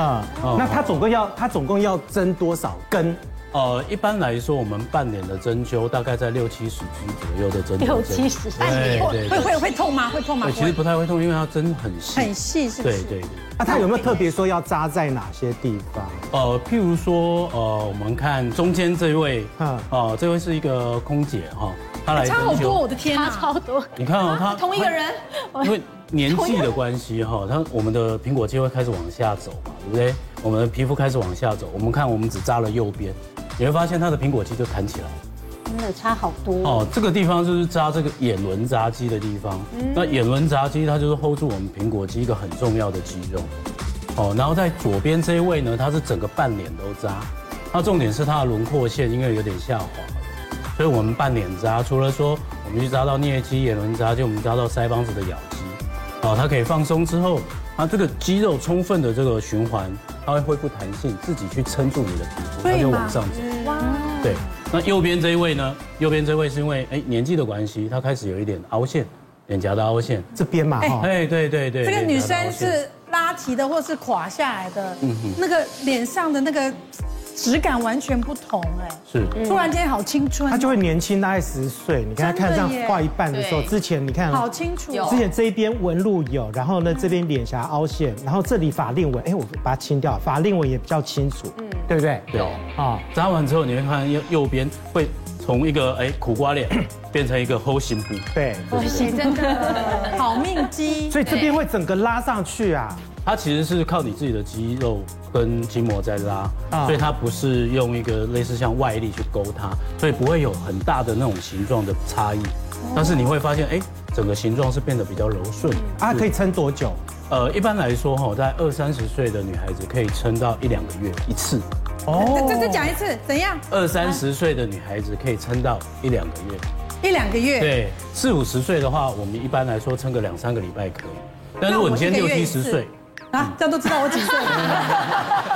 [SPEAKER 1] 啊，
[SPEAKER 8] 哦
[SPEAKER 1] 那他总共要他总共要针多少根？
[SPEAKER 8] 呃，一般来说，我们半脸的针灸大概在六七十支左右的针灸针，
[SPEAKER 3] 六七十
[SPEAKER 8] 对对
[SPEAKER 2] 会
[SPEAKER 8] 对
[SPEAKER 2] 会会痛吗？会痛吗
[SPEAKER 8] 对，？哎其实不太会痛，因为它针很细。
[SPEAKER 2] 很细，是不
[SPEAKER 8] 对
[SPEAKER 2] 是？
[SPEAKER 8] 对对。
[SPEAKER 1] 啊，他有没有特别说要扎在哪些地方？
[SPEAKER 8] 呃，譬如说，呃，我们看中间这位，
[SPEAKER 1] 嗯
[SPEAKER 8] 哦，这位是一个空姐哈，她来针
[SPEAKER 2] 啊哎差好多，
[SPEAKER 8] 灸。
[SPEAKER 2] 我的天
[SPEAKER 3] 差
[SPEAKER 2] 啊！
[SPEAKER 3] 超多，
[SPEAKER 8] 你看哦，她
[SPEAKER 6] 同一个人，
[SPEAKER 8] 因为年纪的关系哈，它我们的苹果肌会开始往下走嘛，对不对？我们的皮肤开始往下走，我们看我们只扎了右边，你会发现它的苹果肌就弹起来了。
[SPEAKER 3] 真的差好多。
[SPEAKER 8] 哦，这个地方就是扎这个眼轮匝肌的地方。那眼轮匝肌它就是 hold 住我们苹果肌一个很重要的肌肉。哦，然后在左边这一位呢，它是整个半脸都扎。那重点是它的轮廓线因为有点下滑了，所以我们半脸扎，除了说我们去扎到颞肌、眼轮匝肌，我们扎到腮帮子的咬肌。哦，它可以放松之后，它这个肌肉充分的这个循环，它会恢复弹性，自己去撑住你的皮肤，它就往上走。对，那右边这一位呢？右边这位是因为哎年纪的关系，她开始有一点凹陷，脸颊的凹陷。
[SPEAKER 1] 这边嘛哈，
[SPEAKER 8] 哎，对对对，
[SPEAKER 2] 这个女
[SPEAKER 8] 脸颊的
[SPEAKER 2] 生
[SPEAKER 8] 凹陷
[SPEAKER 2] 是拉提的或是垮下来的，
[SPEAKER 1] 嗯
[SPEAKER 2] 那个脸上的那个质感完全不同哎，
[SPEAKER 8] 是
[SPEAKER 2] 突然间好青春，
[SPEAKER 1] 他就会年轻大概十岁。你看他看
[SPEAKER 2] 真
[SPEAKER 1] 这
[SPEAKER 2] 的
[SPEAKER 1] 样
[SPEAKER 2] 耶
[SPEAKER 1] 画一半的时候，
[SPEAKER 6] 对
[SPEAKER 1] 之前你看哦
[SPEAKER 2] 好清楚。
[SPEAKER 1] 之前这一边纹路有，然后呢这边脸颊凹陷，然后这里法令纹，哎，我把它清掉，法令纹也比较清楚，嗯，对不对？
[SPEAKER 8] 对。
[SPEAKER 1] 啊，
[SPEAKER 8] 扎完之后，你会看右右边会从一个哎苦瓜脸变成一个齁心部。
[SPEAKER 1] 对，
[SPEAKER 6] 真的
[SPEAKER 2] 好命
[SPEAKER 1] (laughs)
[SPEAKER 2] 肌，
[SPEAKER 1] 所以这边会整个拉上去啊，
[SPEAKER 8] 它其实是靠你自己的肌肉跟筋膜在拉，
[SPEAKER 1] 啊
[SPEAKER 8] 所以它不是用一个类似像外力去勾它，所以不会有很大的那种形状的差异。但是你会发现，哎，整个形状是变得比较柔顺。
[SPEAKER 2] 嗯
[SPEAKER 1] 啊，可以撑多久？
[SPEAKER 8] 呃，一般来说哈，在二三十岁的女孩子可以撑到一两个月一
[SPEAKER 2] 嗯
[SPEAKER 8] 次，
[SPEAKER 1] 哦
[SPEAKER 2] 再再讲一次，怎样？
[SPEAKER 8] 二三十岁的女孩子可以撑到一两个月。
[SPEAKER 2] 一两个月，
[SPEAKER 8] 对，四五十岁的话，我们一般来说撑个两三个礼拜可以。但如果你今天
[SPEAKER 2] 那我
[SPEAKER 8] 六
[SPEAKER 2] 一个月
[SPEAKER 8] 七
[SPEAKER 2] 一
[SPEAKER 8] 十
[SPEAKER 2] 次
[SPEAKER 8] 岁，
[SPEAKER 2] 啊，这样都知道我
[SPEAKER 1] (laughs)
[SPEAKER 2] 几岁了。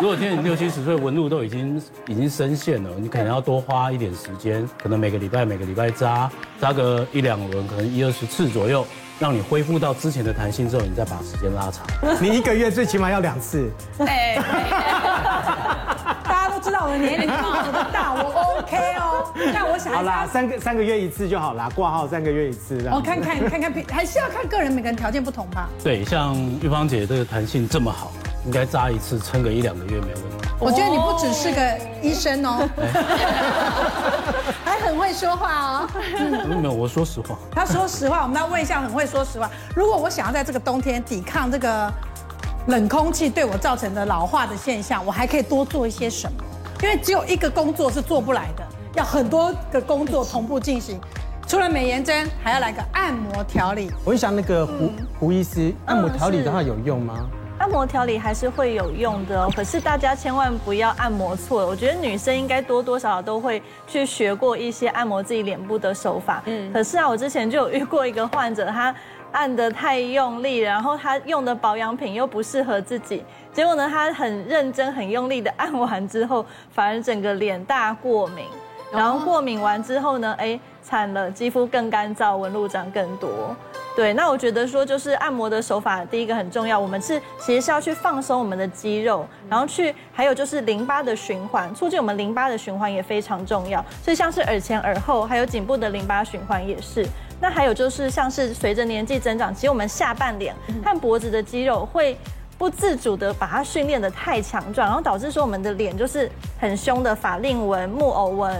[SPEAKER 8] 如果今天你六七十岁，纹路都已经已经深陷了，你可能要多花一点时间，可能每个礼拜每个礼拜扎扎个一两轮，可能一二十次左右，让你恢复到之前的弹性之后，你再把时间拉长。
[SPEAKER 1] 你一个月最起码要两次。
[SPEAKER 6] 哎，
[SPEAKER 2] (laughs) 大家都知道我的年龄到多大，我 OK 哦。
[SPEAKER 1] (laughs)
[SPEAKER 2] 但我想
[SPEAKER 1] 好啦，
[SPEAKER 2] 还是
[SPEAKER 1] 三个三个月一次就好啦，挂号三个月一次这
[SPEAKER 2] 要，
[SPEAKER 1] 样。
[SPEAKER 2] 我哦看看看看，还是要看个人，每个人条件不同吧。
[SPEAKER 8] 对，像玉芳姐这个弹性这么好，应该扎一次撑个一两个月没问
[SPEAKER 2] (laughs)
[SPEAKER 8] 题。
[SPEAKER 2] 我觉得你不只是个医生哦，还很会说话哦。
[SPEAKER 8] 没有没有，我说实话，
[SPEAKER 2] 他说实话，我们要问一下，很会说实话。如果我想要在这个冬天抵抗这个冷空气对我造成的老化的现象，我还可以多做一些什么？因为只有一个工作是做不来的，要很多个工作同步进行。除了美颜针，还要来个按摩调理。
[SPEAKER 1] 我就想那个胡胡医师，按摩调理的话有用吗？
[SPEAKER 7] 按摩调理还是会有用的哦，可是大家千万不要按摩错了。我觉得女生应该多多少少都会去学过一些按摩自己脸部的手法。嗯，可是啊，我之前就有遇过一个患者，他按的太用力，然后他用的保养品又不适合自己，结果呢，他很认真、很用力的按完之后，反而整个脸大过敏。然后过敏完之后呢，哎，惨了，肌肤更干燥，纹路长更多。对，那我觉得说就是按摩的手法，第一个很重要，我们是其实是要去放松我们的肌肉，然后去还有就是淋巴的循环，促进我们淋巴的循环也非常重要。所以像是耳前、耳后，还有颈部的淋巴循环也是。那还有就是像是随着年纪增长，其实我们下半脸和脖子的肌肉会。不自主的把它训练的太强壮，然后导致说我们的脸就是很凶的法令纹、木偶纹，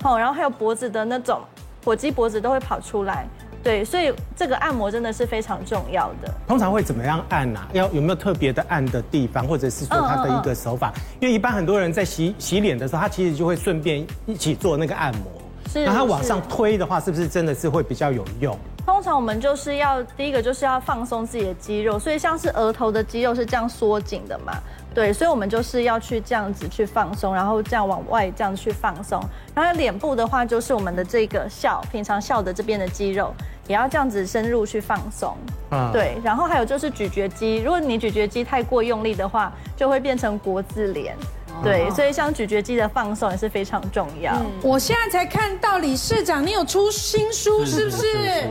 [SPEAKER 7] 好，然后还有脖子的那种火鸡脖子都会跑出来。对，所以这个按摩真的是非常重要的。
[SPEAKER 1] 通常会怎么样按啊？要有没有特别的按的地方，或者是说
[SPEAKER 2] 嗯
[SPEAKER 1] 它的一个手法？因为一般很多人在洗洗脸的时候，他其实就会顺便一起做那个按摩。
[SPEAKER 7] 是
[SPEAKER 1] 然后他往
[SPEAKER 7] 是
[SPEAKER 1] 上推的话，是不是真的是会比较有用？
[SPEAKER 7] 通常我们就是要第一个就是要放松自己的肌肉，所以像是额头的肌肉是这样缩紧的嘛，对，所以我们就是要去这样子去放松，然后这样往外这样去放松。然后脸部的话就是我们的这个笑，平常笑的这边的肌肉也要这样子深入去放松。
[SPEAKER 1] 啊，。
[SPEAKER 7] 对，然后还有就是咀嚼肌，如果你咀嚼肌太过用力的话，就会变成国字脸。
[SPEAKER 1] 哦
[SPEAKER 7] 对，所以像咀嚼肌的放松也是非常重要。
[SPEAKER 1] 嗯
[SPEAKER 2] 我现在才看到李市长，你有出新书是不是？
[SPEAKER 8] 是是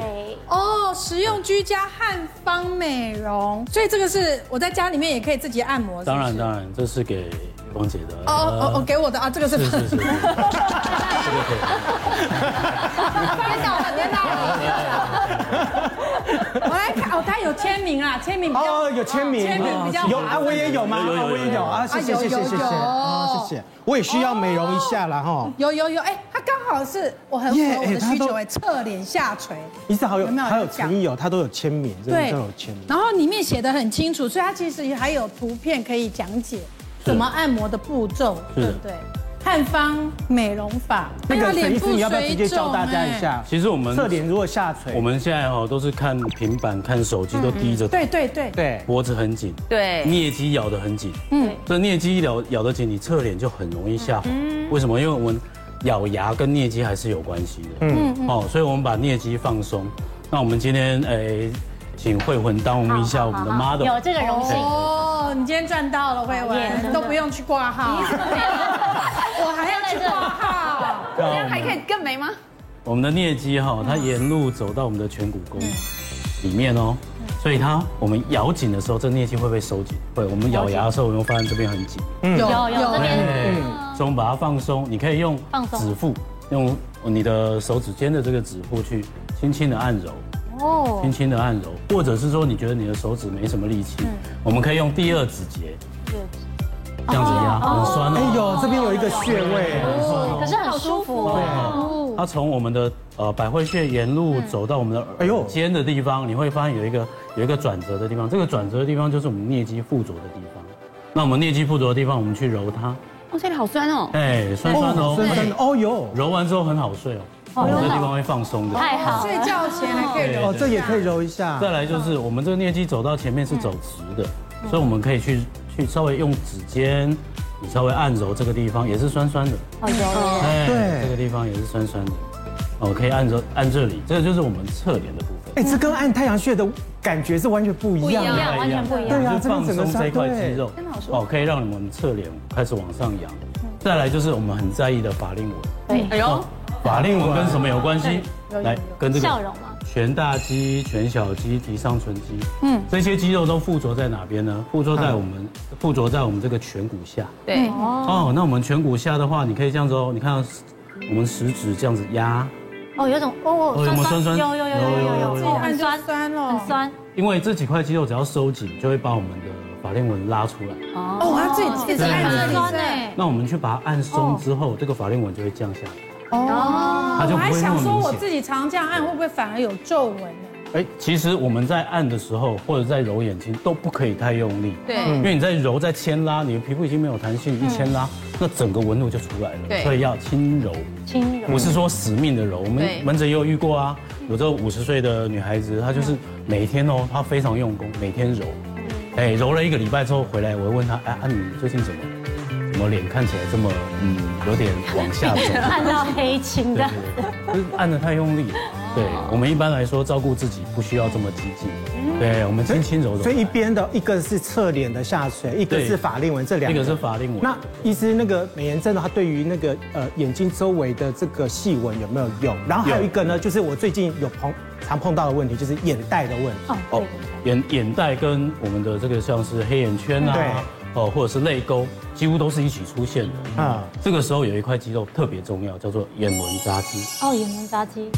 [SPEAKER 2] 哦，实用居家汉方美容，所以这个是我在家里面也可以自己按摩。
[SPEAKER 8] 当然当
[SPEAKER 2] 然。
[SPEAKER 8] 然，这是给光姐的。呃
[SPEAKER 2] 哦哦哦，给我的啊，这个是
[SPEAKER 8] 是是是， (laughs) 这个可以。
[SPEAKER 2] 翻倒了，别闹 (laughs) 了。我来看哦，他有签名啊，签名比较
[SPEAKER 1] 哦，有签名，
[SPEAKER 2] 签名比较
[SPEAKER 1] 有啊，我也有吗？
[SPEAKER 8] 有有有
[SPEAKER 1] 啊我也
[SPEAKER 8] 有
[SPEAKER 1] 有啊，谢谢
[SPEAKER 2] 有
[SPEAKER 1] 谢谢
[SPEAKER 2] 有
[SPEAKER 1] 谢谢，
[SPEAKER 2] 有
[SPEAKER 1] 啊谢谢，我也需要美容一下啦哈。
[SPEAKER 2] 有有有，哎，他刚好是我很符合我
[SPEAKER 1] 耶哎
[SPEAKER 2] 的需
[SPEAKER 1] 他都
[SPEAKER 2] 求哎，侧脸下垂。
[SPEAKER 1] 一次好友
[SPEAKER 2] 有没有
[SPEAKER 1] 还有
[SPEAKER 2] 有讲
[SPEAKER 1] 陈毅有，他都有签名，这个都有签名。
[SPEAKER 2] 然后里面写的很清楚，所以它其实还有图片可以讲解
[SPEAKER 8] 是
[SPEAKER 2] 怎么按摩的步骤，
[SPEAKER 8] 是
[SPEAKER 2] 对不对？汉方美容法，
[SPEAKER 1] 那
[SPEAKER 2] 哎
[SPEAKER 1] 个
[SPEAKER 2] 呀
[SPEAKER 1] 陈医师，你要不要直接教大家一？
[SPEAKER 2] 脸部水肿哎
[SPEAKER 1] 下？
[SPEAKER 8] 其实我们
[SPEAKER 1] 侧脸如果下垂，
[SPEAKER 8] 我们现在哦都是看平板、看手机，都低着
[SPEAKER 2] 嗯
[SPEAKER 8] 头，
[SPEAKER 2] 对对对，
[SPEAKER 1] 对
[SPEAKER 8] 脖子很紧，
[SPEAKER 6] 对，
[SPEAKER 8] 颞肌咬得很紧。
[SPEAKER 2] 嗯，
[SPEAKER 8] 这颞肌咬咬得紧，你侧脸就很容易下滑。
[SPEAKER 2] 嗯
[SPEAKER 8] 为什么？因为我们咬牙跟颞肌还是有关系的。嗯，哦，所以我们把颞肌放松。那我们今天诶，请慧魂当我们一下我们的 model。
[SPEAKER 3] 有这个荣幸。
[SPEAKER 2] 哦，你今天赚到了，慧
[SPEAKER 3] 耶真
[SPEAKER 2] 文，
[SPEAKER 3] 的
[SPEAKER 2] 都不用去挂号， (laughs) 我还要去挂号。
[SPEAKER 8] 这
[SPEAKER 6] 这样还可以更美吗？
[SPEAKER 8] 我们的颞肌哈，它沿路走到我们的颧骨沟里面哦，所以它我们咬紧的时候，这颞肌会不会收紧？会。我们咬牙的时候，有没有发现这边很紧？
[SPEAKER 1] 嗯
[SPEAKER 2] 有
[SPEAKER 3] 有有这边
[SPEAKER 8] 哎，所以我们把它放松，你可以用
[SPEAKER 3] 放松
[SPEAKER 8] 指腹，用你的手指尖的这个指腹去轻轻的按揉，
[SPEAKER 3] 哦
[SPEAKER 8] 轻轻的按揉，嗯或者是说你觉得你的手指没什么力气，我们可以用第二指节，这样子压，很酸
[SPEAKER 1] 哎
[SPEAKER 8] 哦。
[SPEAKER 1] 呦，这边有一个穴位，
[SPEAKER 3] 可是很舒服哦。
[SPEAKER 8] 它从我们的呃百会穴沿路走到我们的
[SPEAKER 1] 哎呦
[SPEAKER 8] 耳尖的地方，你会发现有一个有一个转折的地方，这个转折的地方就是我们颞肌附着的地方。那我们颞肌附着的地方，我们去揉它，
[SPEAKER 6] 哦，这里好酸哦。
[SPEAKER 8] 哎，酸酸的
[SPEAKER 1] 哦，
[SPEAKER 8] 哦，
[SPEAKER 1] 深深的，哦呦，
[SPEAKER 8] 揉完之后很好睡哦，这个地方会放松的。
[SPEAKER 3] 太好了，
[SPEAKER 2] 睡觉前还可以揉
[SPEAKER 1] 哦，这也可以揉一
[SPEAKER 3] 啊
[SPEAKER 1] 下，
[SPEAKER 8] 再来就是我们这个颞肌走到前面是走直的，
[SPEAKER 3] 嗯
[SPEAKER 8] 所以我们可以去去稍微用指尖，你稍微按揉这个地方，也是酸酸的。
[SPEAKER 3] 好油哦
[SPEAKER 8] 哎，
[SPEAKER 1] 对
[SPEAKER 8] 这个地方也是酸酸的。哦，可以按揉按这里，这个就是我们侧脸的部分。
[SPEAKER 1] 哎，这跟按太阳穴的感觉是完全不一样
[SPEAKER 3] 不一
[SPEAKER 1] 的
[SPEAKER 3] 样。完全不一样
[SPEAKER 1] 对啊
[SPEAKER 8] 哎就是放
[SPEAKER 1] 这边整个
[SPEAKER 8] 松
[SPEAKER 1] 山
[SPEAKER 8] 这一块
[SPEAKER 1] 对
[SPEAKER 8] 肌肉，哦，可以让我们侧脸开始往上扬。
[SPEAKER 3] 嗯
[SPEAKER 8] 再来就是我们很在意的法令纹。
[SPEAKER 6] 哎呦，
[SPEAKER 8] 法令纹跟什么有关系？来，跟这个
[SPEAKER 3] 笑容吗
[SPEAKER 8] 全大肌、全小肌、提上唇肌，嗯，这些肌肉都附着在哪边呢？附着在我们附着在我们这个颧骨下。
[SPEAKER 6] 对，
[SPEAKER 8] 哦，那我们颧骨下的话，你可以这样子哦，你看到我们食指这样子压，
[SPEAKER 3] 哦，有种哦
[SPEAKER 8] 哦有没有酸酸
[SPEAKER 3] 有有有有有有有，
[SPEAKER 2] 按
[SPEAKER 3] 很
[SPEAKER 2] 哦就
[SPEAKER 3] 酸
[SPEAKER 2] 酸了
[SPEAKER 3] 很。酸，
[SPEAKER 8] 因为这几块肌肉只要收紧，就会把我们的法令纹拉出来。
[SPEAKER 2] 哦，他自己一直按这
[SPEAKER 3] 很
[SPEAKER 2] 里
[SPEAKER 3] 酸
[SPEAKER 2] 在。
[SPEAKER 3] 哎，
[SPEAKER 8] 那我们去把它按松之后，这个法令纹就会降下来，
[SPEAKER 2] 哦，
[SPEAKER 8] 它就
[SPEAKER 2] 我
[SPEAKER 8] 不
[SPEAKER 2] 还
[SPEAKER 8] 会那
[SPEAKER 2] 想
[SPEAKER 8] 么
[SPEAKER 2] 说我
[SPEAKER 8] 明
[SPEAKER 2] 自
[SPEAKER 8] 显。
[SPEAKER 2] 己常这样按，会不会反而有皱纹呢？
[SPEAKER 8] 哎，其实我们在按的时候，或者在揉眼睛，都不可以太用力。
[SPEAKER 6] 对
[SPEAKER 8] 因为你在揉、在牵拉，你的皮肤已经没有弹性，一牵拉，那整个纹路就出来了。
[SPEAKER 6] 嗯对
[SPEAKER 8] 所以要轻柔，
[SPEAKER 3] 轻柔
[SPEAKER 8] 不是说死命的揉。我们
[SPEAKER 6] 对
[SPEAKER 8] 门诊也有遇过啊，有这五十岁的女孩子，她就是
[SPEAKER 6] 嗯
[SPEAKER 8] 每天哦，她非常用功，每天揉，哎，揉了一个礼拜之后回来，我会问她，哎，啊，你最近怎么，怎么脸看起来这么，嗯，有点往下
[SPEAKER 6] (laughs)
[SPEAKER 8] 走？
[SPEAKER 3] 按到黑青
[SPEAKER 8] 对
[SPEAKER 3] 的，
[SPEAKER 6] 嗯
[SPEAKER 8] 对对，就是按的太用力了。
[SPEAKER 6] 哦
[SPEAKER 8] 对我们一般来说照顾自己不需要这么激进，
[SPEAKER 6] 嗯
[SPEAKER 8] 对我们轻轻柔柔。
[SPEAKER 1] 所以一边的一个是侧脸的下垂，一个
[SPEAKER 8] 对
[SPEAKER 1] 是法令纹，这两
[SPEAKER 8] 一
[SPEAKER 1] 个
[SPEAKER 8] 个是法令纹，
[SPEAKER 1] 那医师，那个美颜针的话，对于那个呃眼睛周围的这个细纹有没有用？然后还有一个呢，就是我最近有碰常碰到的问题，就是眼袋的问题。
[SPEAKER 8] 哦，眼眼袋跟我们的这个像是黑眼圈啊，哦，或者是泪沟，几乎都是一起出现
[SPEAKER 3] 哦
[SPEAKER 8] 的。
[SPEAKER 1] 啊
[SPEAKER 8] 啊，这个时候有一块肌肉特别重要，叫做眼轮匝肌。
[SPEAKER 3] 哦，眼轮匝肌，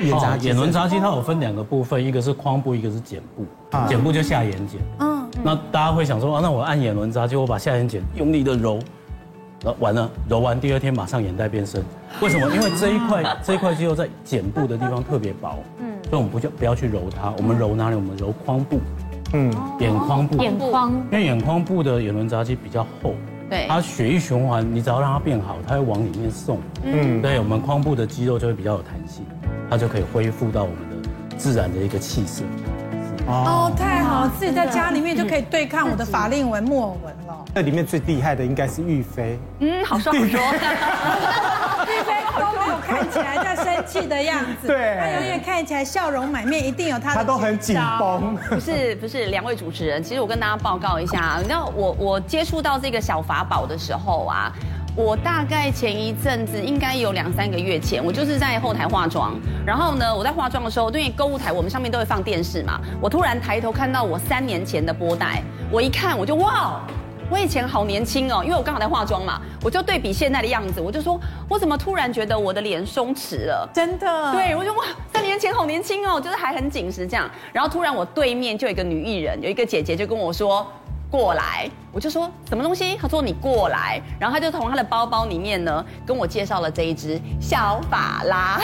[SPEAKER 1] 眼
[SPEAKER 8] 哦眼轮匝肌它有分两个部分，一个是眶部，一个是睑部。
[SPEAKER 1] 啊
[SPEAKER 8] 睑部就下眼睑。嗯，那大家会想说啊，那我按眼轮匝肌，我把下眼睑用力的揉，然后完了，揉完第二天马上眼袋变 (laughs) 深，为什么？因为这一块这一块肌肉在睑部的地方特别薄，嗯，所以我们不就不要去揉它，我们揉哪里？我们揉眶部，
[SPEAKER 1] 嗯，
[SPEAKER 8] 哦眼眶部，
[SPEAKER 3] 眼眶
[SPEAKER 8] 因为眼眶部的眼轮匝肌比较厚，
[SPEAKER 6] 对
[SPEAKER 8] 它血液循环，你只要让它变好，它会往里面送。嗯，对，我们髋部的肌肉就会比较有弹性，它就可以恢复到我们的自然的一个气色。
[SPEAKER 2] 哦，太好了，自己在家里面就可以对抗我的法令纹、木偶纹了。
[SPEAKER 1] 这里面最厉害的应该是玉飞，
[SPEAKER 6] 嗯，好说好 (laughs) 说。
[SPEAKER 2] 丽菲都没有看起来在生气的样子，
[SPEAKER 1] 对
[SPEAKER 2] 她永远看起来笑容满面，一定有她的。
[SPEAKER 1] 她都很紧。绷。
[SPEAKER 6] 不是不是，两位主持人，其实我跟大家报告一下，你知道我我接触到这个小法宝的时候啊，我大概前一阵子应该有两三个月前，我就是在后台化妆，然后呢，我在化妆的时候，因为购物台我们上面都会放电视嘛，我突然抬头看到我三年前的波带，我一看我就哇。我以前好年轻哦，因为我刚好在化妆嘛，我就对比现在的样子，我就说，我怎么突然觉得我的脸松弛了？
[SPEAKER 2] 真的，
[SPEAKER 6] 对，我就哇，三年前好年轻哦，就是还很紧实这样。然后突然我对面就有一个女艺人，有一个姐姐就跟我说。过来，我就说什么东西？她说你过来，然后她就从她的包包里面呢跟我介绍了这一支小法拉，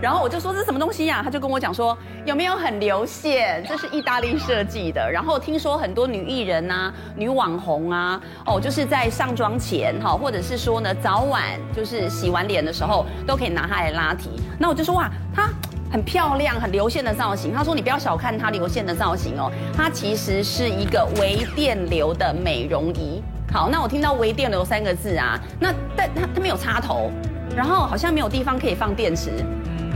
[SPEAKER 6] 然后我就说这是什么东西呀、她就跟我讲说有没有很流线，这是意大利设计的。然后听说很多女艺人啊、女网红啊，哦，就是在上妆前哈，或者是说呢早晚就是洗完脸的时候都可以拿它来拉提。那我就说哇，它很漂亮、很流线的造型。他说你不要小看它流线的造型哦，它其实是一个微电流的美容仪。好，那我听到微电流三个字啊，那但它它没有插头，然后好像没有地方可以放电池。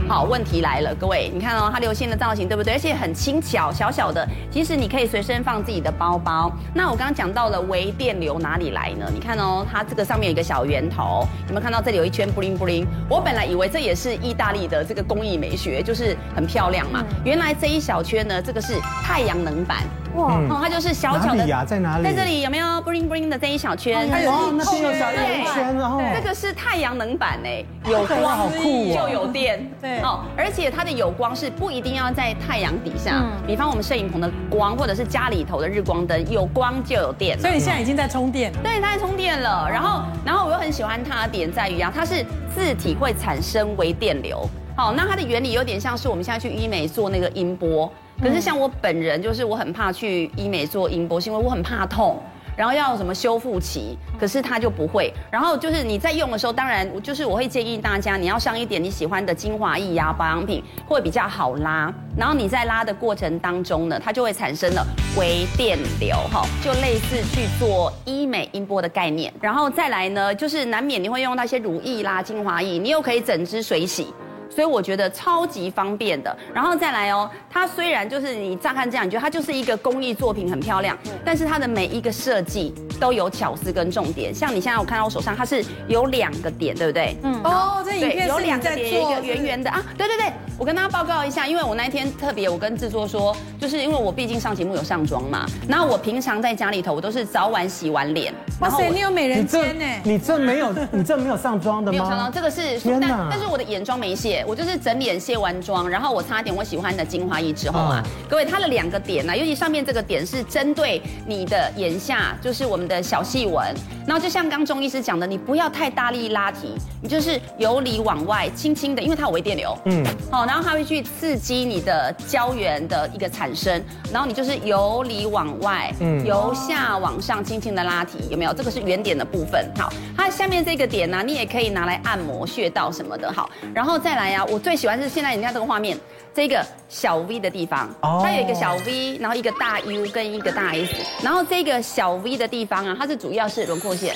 [SPEAKER 6] 好，问题来了，各位，你看哦，它流线的造型对不对？而且很轻巧，小小的，其实你可以随身放自己的包包。那我刚刚讲到了微电流哪里来呢？你看哦，它这个上面有一个小圆头，有没有看到这里有一圈布灵布灵？我本来以为这也是意大利的
[SPEAKER 1] 嗯
[SPEAKER 6] 这个工艺美学，就是很漂亮嘛。原来这一小圈呢，这个是太阳能板。哇，哦它就是小
[SPEAKER 1] 嗯哪
[SPEAKER 6] 小的
[SPEAKER 1] 里呀在哪里
[SPEAKER 6] 在这里有没有 bling bling 的这一小圈？
[SPEAKER 2] 还有
[SPEAKER 1] 哦，
[SPEAKER 2] 一
[SPEAKER 1] 那边有
[SPEAKER 2] 圈
[SPEAKER 1] 小圆圈，哦然后
[SPEAKER 6] 这个是太阳能板哎，有
[SPEAKER 1] 哇
[SPEAKER 6] 光
[SPEAKER 1] 哦好酷
[SPEAKER 6] 就
[SPEAKER 1] 哦
[SPEAKER 6] 有电，
[SPEAKER 2] 对
[SPEAKER 6] 哦，而且它的有光是不一定要在太阳底下，
[SPEAKER 1] 嗯
[SPEAKER 6] 比方我们摄影棚的光，或者是家里头的日光灯，有光就有电了。
[SPEAKER 2] 所以你现在已经在充电了。
[SPEAKER 6] 对，它充电了。然后，然后我又很喜欢它的点在于啊，它是字体会产生微电流。好，那它的原理有点像是我们现在去医美做那个音波，可是像我本人就是我很怕去医美做音波，是因为我很怕痛。然后要有什么修复期，可是它就不会。然后就是你在用的时候，当然就是我会建议大家，你要上一点你喜欢的精华液呀、保养品，会比较好拉。然后你在拉的过程当中呢，它就会产生了微电流，哈，就类似去做医美音波的概念。然后再来呢，就是难免你会用到一些乳液啦、精华液，你又可以整支水洗。所以我觉得超级方便的。然后再来哦，它虽然就是你乍看这样，你觉得它就是一个工艺作品很漂亮，但是它的每一个设计都有巧思跟重点。像你现在我看到我手上，它是有两个点，对不对？嗯。
[SPEAKER 2] 哦，这影
[SPEAKER 6] 对，
[SPEAKER 2] 片
[SPEAKER 6] 有
[SPEAKER 2] 是
[SPEAKER 6] 两
[SPEAKER 2] 你
[SPEAKER 6] 个
[SPEAKER 2] 在
[SPEAKER 6] 点，一
[SPEAKER 2] 做
[SPEAKER 6] 个圆圆的啊，对对对，我跟大家报告一下，因为我那一天特别，我跟制作说，就是因为我毕竟上节目有上妆嘛，然后我平常在家里头，我都是早晚洗完脸，
[SPEAKER 2] 哇
[SPEAKER 6] 然后
[SPEAKER 2] 塞，
[SPEAKER 6] 我
[SPEAKER 2] 你有美人
[SPEAKER 1] 你
[SPEAKER 2] 尖呢。
[SPEAKER 1] 这你这没有 (laughs) 你这没有上妆的
[SPEAKER 6] 没有上妆，
[SPEAKER 1] 吗？
[SPEAKER 6] 这个是
[SPEAKER 1] 天
[SPEAKER 6] 但
[SPEAKER 1] 哪
[SPEAKER 6] 但是我的眼妆没卸，我就是整脸卸完妆，然后我擦点我喜欢的精华液之后啊，各位它的两个点啊呢、尤其上面这个点是针对你的眼下，就是我们的小细纹。然后就像刚钟医师讲的，你不要太大力拉提，你就是由里往外轻轻的，因为它有微电流，嗯，好，然后它会去刺激你的胶原的一个产生，然后你就是由里往外，嗯，由下往上轻轻的拉提，有没有？这个是圆点的部分。好，它下面这个点呢、你也可以拿来按摩穴道什么的。好，然后再来呀、啊我最喜欢是现在你看这个画面，这个小 V 的地方，
[SPEAKER 1] 哦
[SPEAKER 6] 它有一个小 V，然后一个大 U 跟一个大 S，然后这个小 V 的地方啊，它是主要是轮廓线，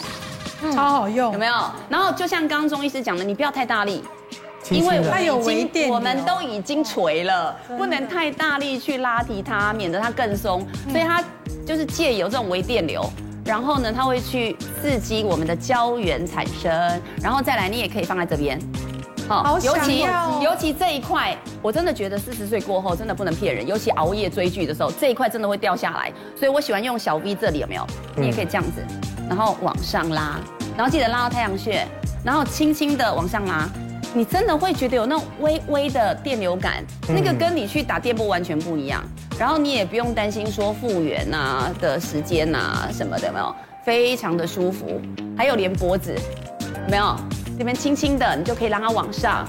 [SPEAKER 2] 超好用
[SPEAKER 6] 有。没有？然后就像刚刚钟医师讲的，你不要太大力，
[SPEAKER 1] 轻
[SPEAKER 6] 因
[SPEAKER 1] 轻
[SPEAKER 6] 为
[SPEAKER 1] 的
[SPEAKER 6] 我
[SPEAKER 2] 它有
[SPEAKER 6] 已经
[SPEAKER 2] 微电流
[SPEAKER 6] 我们都已经垂了，不能太大力去拉提它，免得它更松。所以它就是借由这种微电流，然后呢，它会去刺激我们的胶原产生，然后再来，你也可以放在这边。好
[SPEAKER 2] 好
[SPEAKER 6] 尤
[SPEAKER 2] 想
[SPEAKER 6] 其
[SPEAKER 2] 要哦
[SPEAKER 6] 尤其这一块，我真的觉得四十岁过后真的不能骗人，尤其熬夜追剧的时候，这一块真的会掉下来。所以我喜欢用小 V 这里有没有？你也可以这样子，然后往上拉，然后记得拉到太阳穴，然后轻轻的往上拉，你真的会觉得有那种微微的电流感，那个跟你去打电波完全不一样。然后你也不用担心说复原啊的时间啊什么的，有没有？非常的舒服，还有连脖子，有没有？这边轻轻的，你就可以让它往上。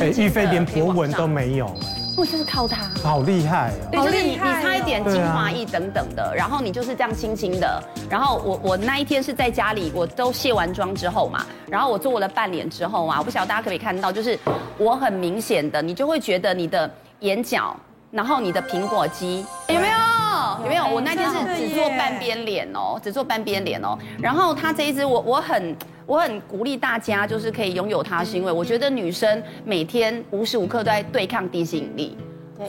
[SPEAKER 1] 哎，
[SPEAKER 6] 轻轻地
[SPEAKER 1] 玉菲连
[SPEAKER 6] 可以
[SPEAKER 1] 博
[SPEAKER 6] 往
[SPEAKER 1] 纹都
[SPEAKER 6] 上，
[SPEAKER 1] 没有，
[SPEAKER 6] 我就是靠它。
[SPEAKER 1] 好厉害哦！
[SPEAKER 6] 对，
[SPEAKER 2] 好
[SPEAKER 6] 就是你
[SPEAKER 2] 厉
[SPEAKER 6] 你
[SPEAKER 2] 害哦
[SPEAKER 6] 擦一点精华液等等的，然后你就是这样轻轻的。然后我我那一天是在家里，我都卸完妆之后嘛，然后我做了半脸之后啊，我不晓得大家可不可以看到，就是我很明显的，你就会觉得你的眼角，然后你的苹果肌有没有？有没有？我那天是只做半边脸哦，只做半边脸哦。然后它这一支我我很。我很鼓励大家，就是可以拥有它，是因为我觉得女生每天无时无刻都在对抗地心引力，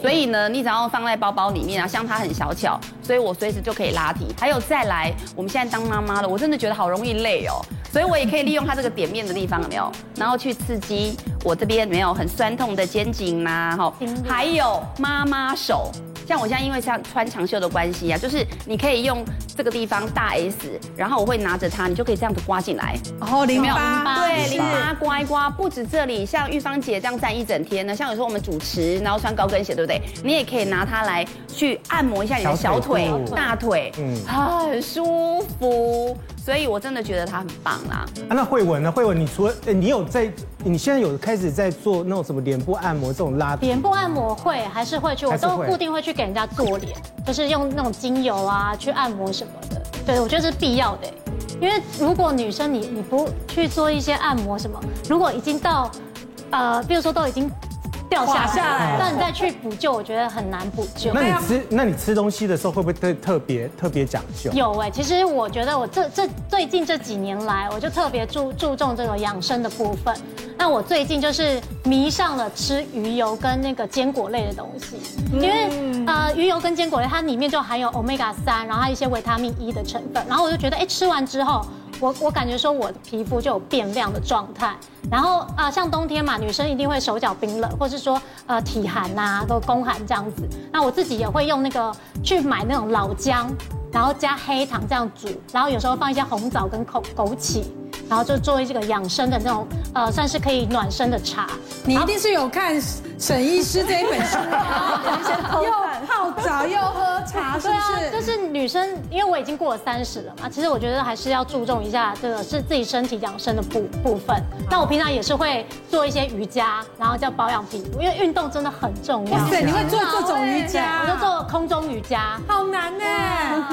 [SPEAKER 6] 所以呢，你只要放在包包里面啊，像它很小巧，所以我随时就可以拉提。还有再来，我们现在当妈妈了，我真的觉得好容易累哦，所以我也可以利用它这个点面的地方有没有，然后去刺激我这边有没有很酸痛的肩颈啊呐、哈，还有妈妈手。像我现在因为像穿长袖的关系啊，就是你可以用这个地方大 S，然后我会拿着它，你就可以这样子刮进来，
[SPEAKER 2] 然后淋
[SPEAKER 6] 有没有
[SPEAKER 2] 巴，
[SPEAKER 6] 对，淋巴刮一刮，不止这里，像玉芳姐这样站一整天呢，像有时候我们主持，然后穿高跟鞋，对不对？你也可以拿它来去按摩一下你的小
[SPEAKER 1] 小腿
[SPEAKER 6] 腿、
[SPEAKER 1] 部
[SPEAKER 6] 大腿，
[SPEAKER 1] 嗯
[SPEAKER 6] 嗯，很舒服。所以我真的觉得它很棒啦。
[SPEAKER 1] 啊，那慧文呢？慧文，你除了呃你有在，你现在有开始在做那种什么脸部按摩这种拉
[SPEAKER 3] 脸部按摩会还是会去，我
[SPEAKER 1] 还是
[SPEAKER 3] 都
[SPEAKER 1] 会
[SPEAKER 3] 固定会去给人家做脸，就是用那种精油啊去按摩什么的。对，我觉得是必要的，因为如果女生你你不去做一些按摩什么，如果已经到，呃，比如说都已经掉下
[SPEAKER 2] 垮下来
[SPEAKER 3] 来
[SPEAKER 2] 了
[SPEAKER 3] 了，那你再去补救，我觉得很难补救。
[SPEAKER 1] 那你吃，那你吃东西的时候会不会特特别特别讲究？
[SPEAKER 3] 有哎、其实我觉得我这这最近这几年来，我就特别注注重这个养生的部分。那我最近就是迷上了吃鱼油跟那个坚果类的东西，因为呃鱼油跟坚果类它里面就含有 omega 三，然后还有一些维他命 E 的成分，然后我就觉得哎、吃完之后。我我感觉说我的皮肤就有变亮的状态。然后啊、呃像冬天嘛，女生一定会手脚冰冷，或是说呃体寒呐、都宫寒这样子。那我自己也会用那个去买那种老姜，然后加黑糖这样煮，然后有时候放一些红枣跟枸枸杞，然后就做这个养生的那种呃，算是可以暖身的茶。
[SPEAKER 2] 你一定是有看沈医师这一本书
[SPEAKER 6] (laughs)
[SPEAKER 2] 啊，又泡澡又喝茶，是
[SPEAKER 3] 对
[SPEAKER 2] 不？
[SPEAKER 3] 啊，就是是女生，因为我已经过了三十了嘛，其实我觉得还是要注重一下这个是自己身体养生的部部分。
[SPEAKER 2] 嗯
[SPEAKER 3] 那我平常也是会做一些瑜伽，然后叫保养皮肤，因为运动真的很重要。
[SPEAKER 2] 哇塞，你会做这种瑜
[SPEAKER 3] 我
[SPEAKER 2] 伽嗯
[SPEAKER 3] 就，做空中瑜伽，
[SPEAKER 2] 好难呢。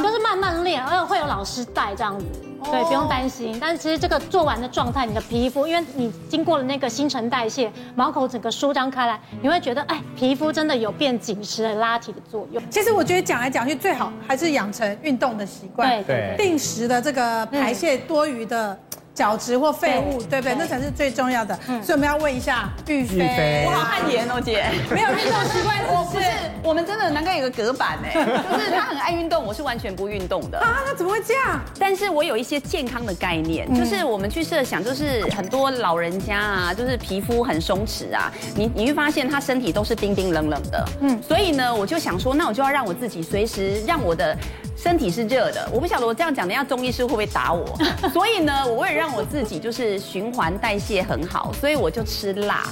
[SPEAKER 3] 就是慢慢练，而且会有老师带这样子。
[SPEAKER 2] 哦
[SPEAKER 3] 对，不用担心。但其实这个做完的状态，你的皮肤，因为你经过了那个新陈代谢，毛孔整个舒张开来，你会觉得，哎，皮肤真的有变紧实、拉提的作用。
[SPEAKER 2] 其实我觉得讲来讲去，最好还是养成运动的习惯。
[SPEAKER 3] 对
[SPEAKER 1] 对
[SPEAKER 2] 定时的这个排泄多余的角质或废物，对不对？那才是最重要的。所以我们要问一下玉
[SPEAKER 1] 玉
[SPEAKER 2] 飞
[SPEAKER 1] 飞，
[SPEAKER 6] 哇，汗颜哦， (laughs) 姐。
[SPEAKER 2] 没有运动习惯是
[SPEAKER 6] 我
[SPEAKER 2] 不
[SPEAKER 6] 不
[SPEAKER 2] 是
[SPEAKER 6] 是？，我们真的难怪有个隔板哎，就是他很爱运动，我是完全不运动的。
[SPEAKER 2] 啊，那怎么会这样？
[SPEAKER 6] 但是我有一些健康的概念，
[SPEAKER 1] 嗯
[SPEAKER 6] 就是我们去设想，就是很多老人家啊，就是皮肤很松弛啊，你你会发现他身体都是冰冰冷冷的，嗯，所以呢，我就想说，那我就要让我自己随时让我的身体是热的。我不晓得我这样讲，等一下中医师会不会
[SPEAKER 1] (laughs)
[SPEAKER 6] 打我？所以呢，我为了让我自己就是循环代谢很好，所以我就吃辣。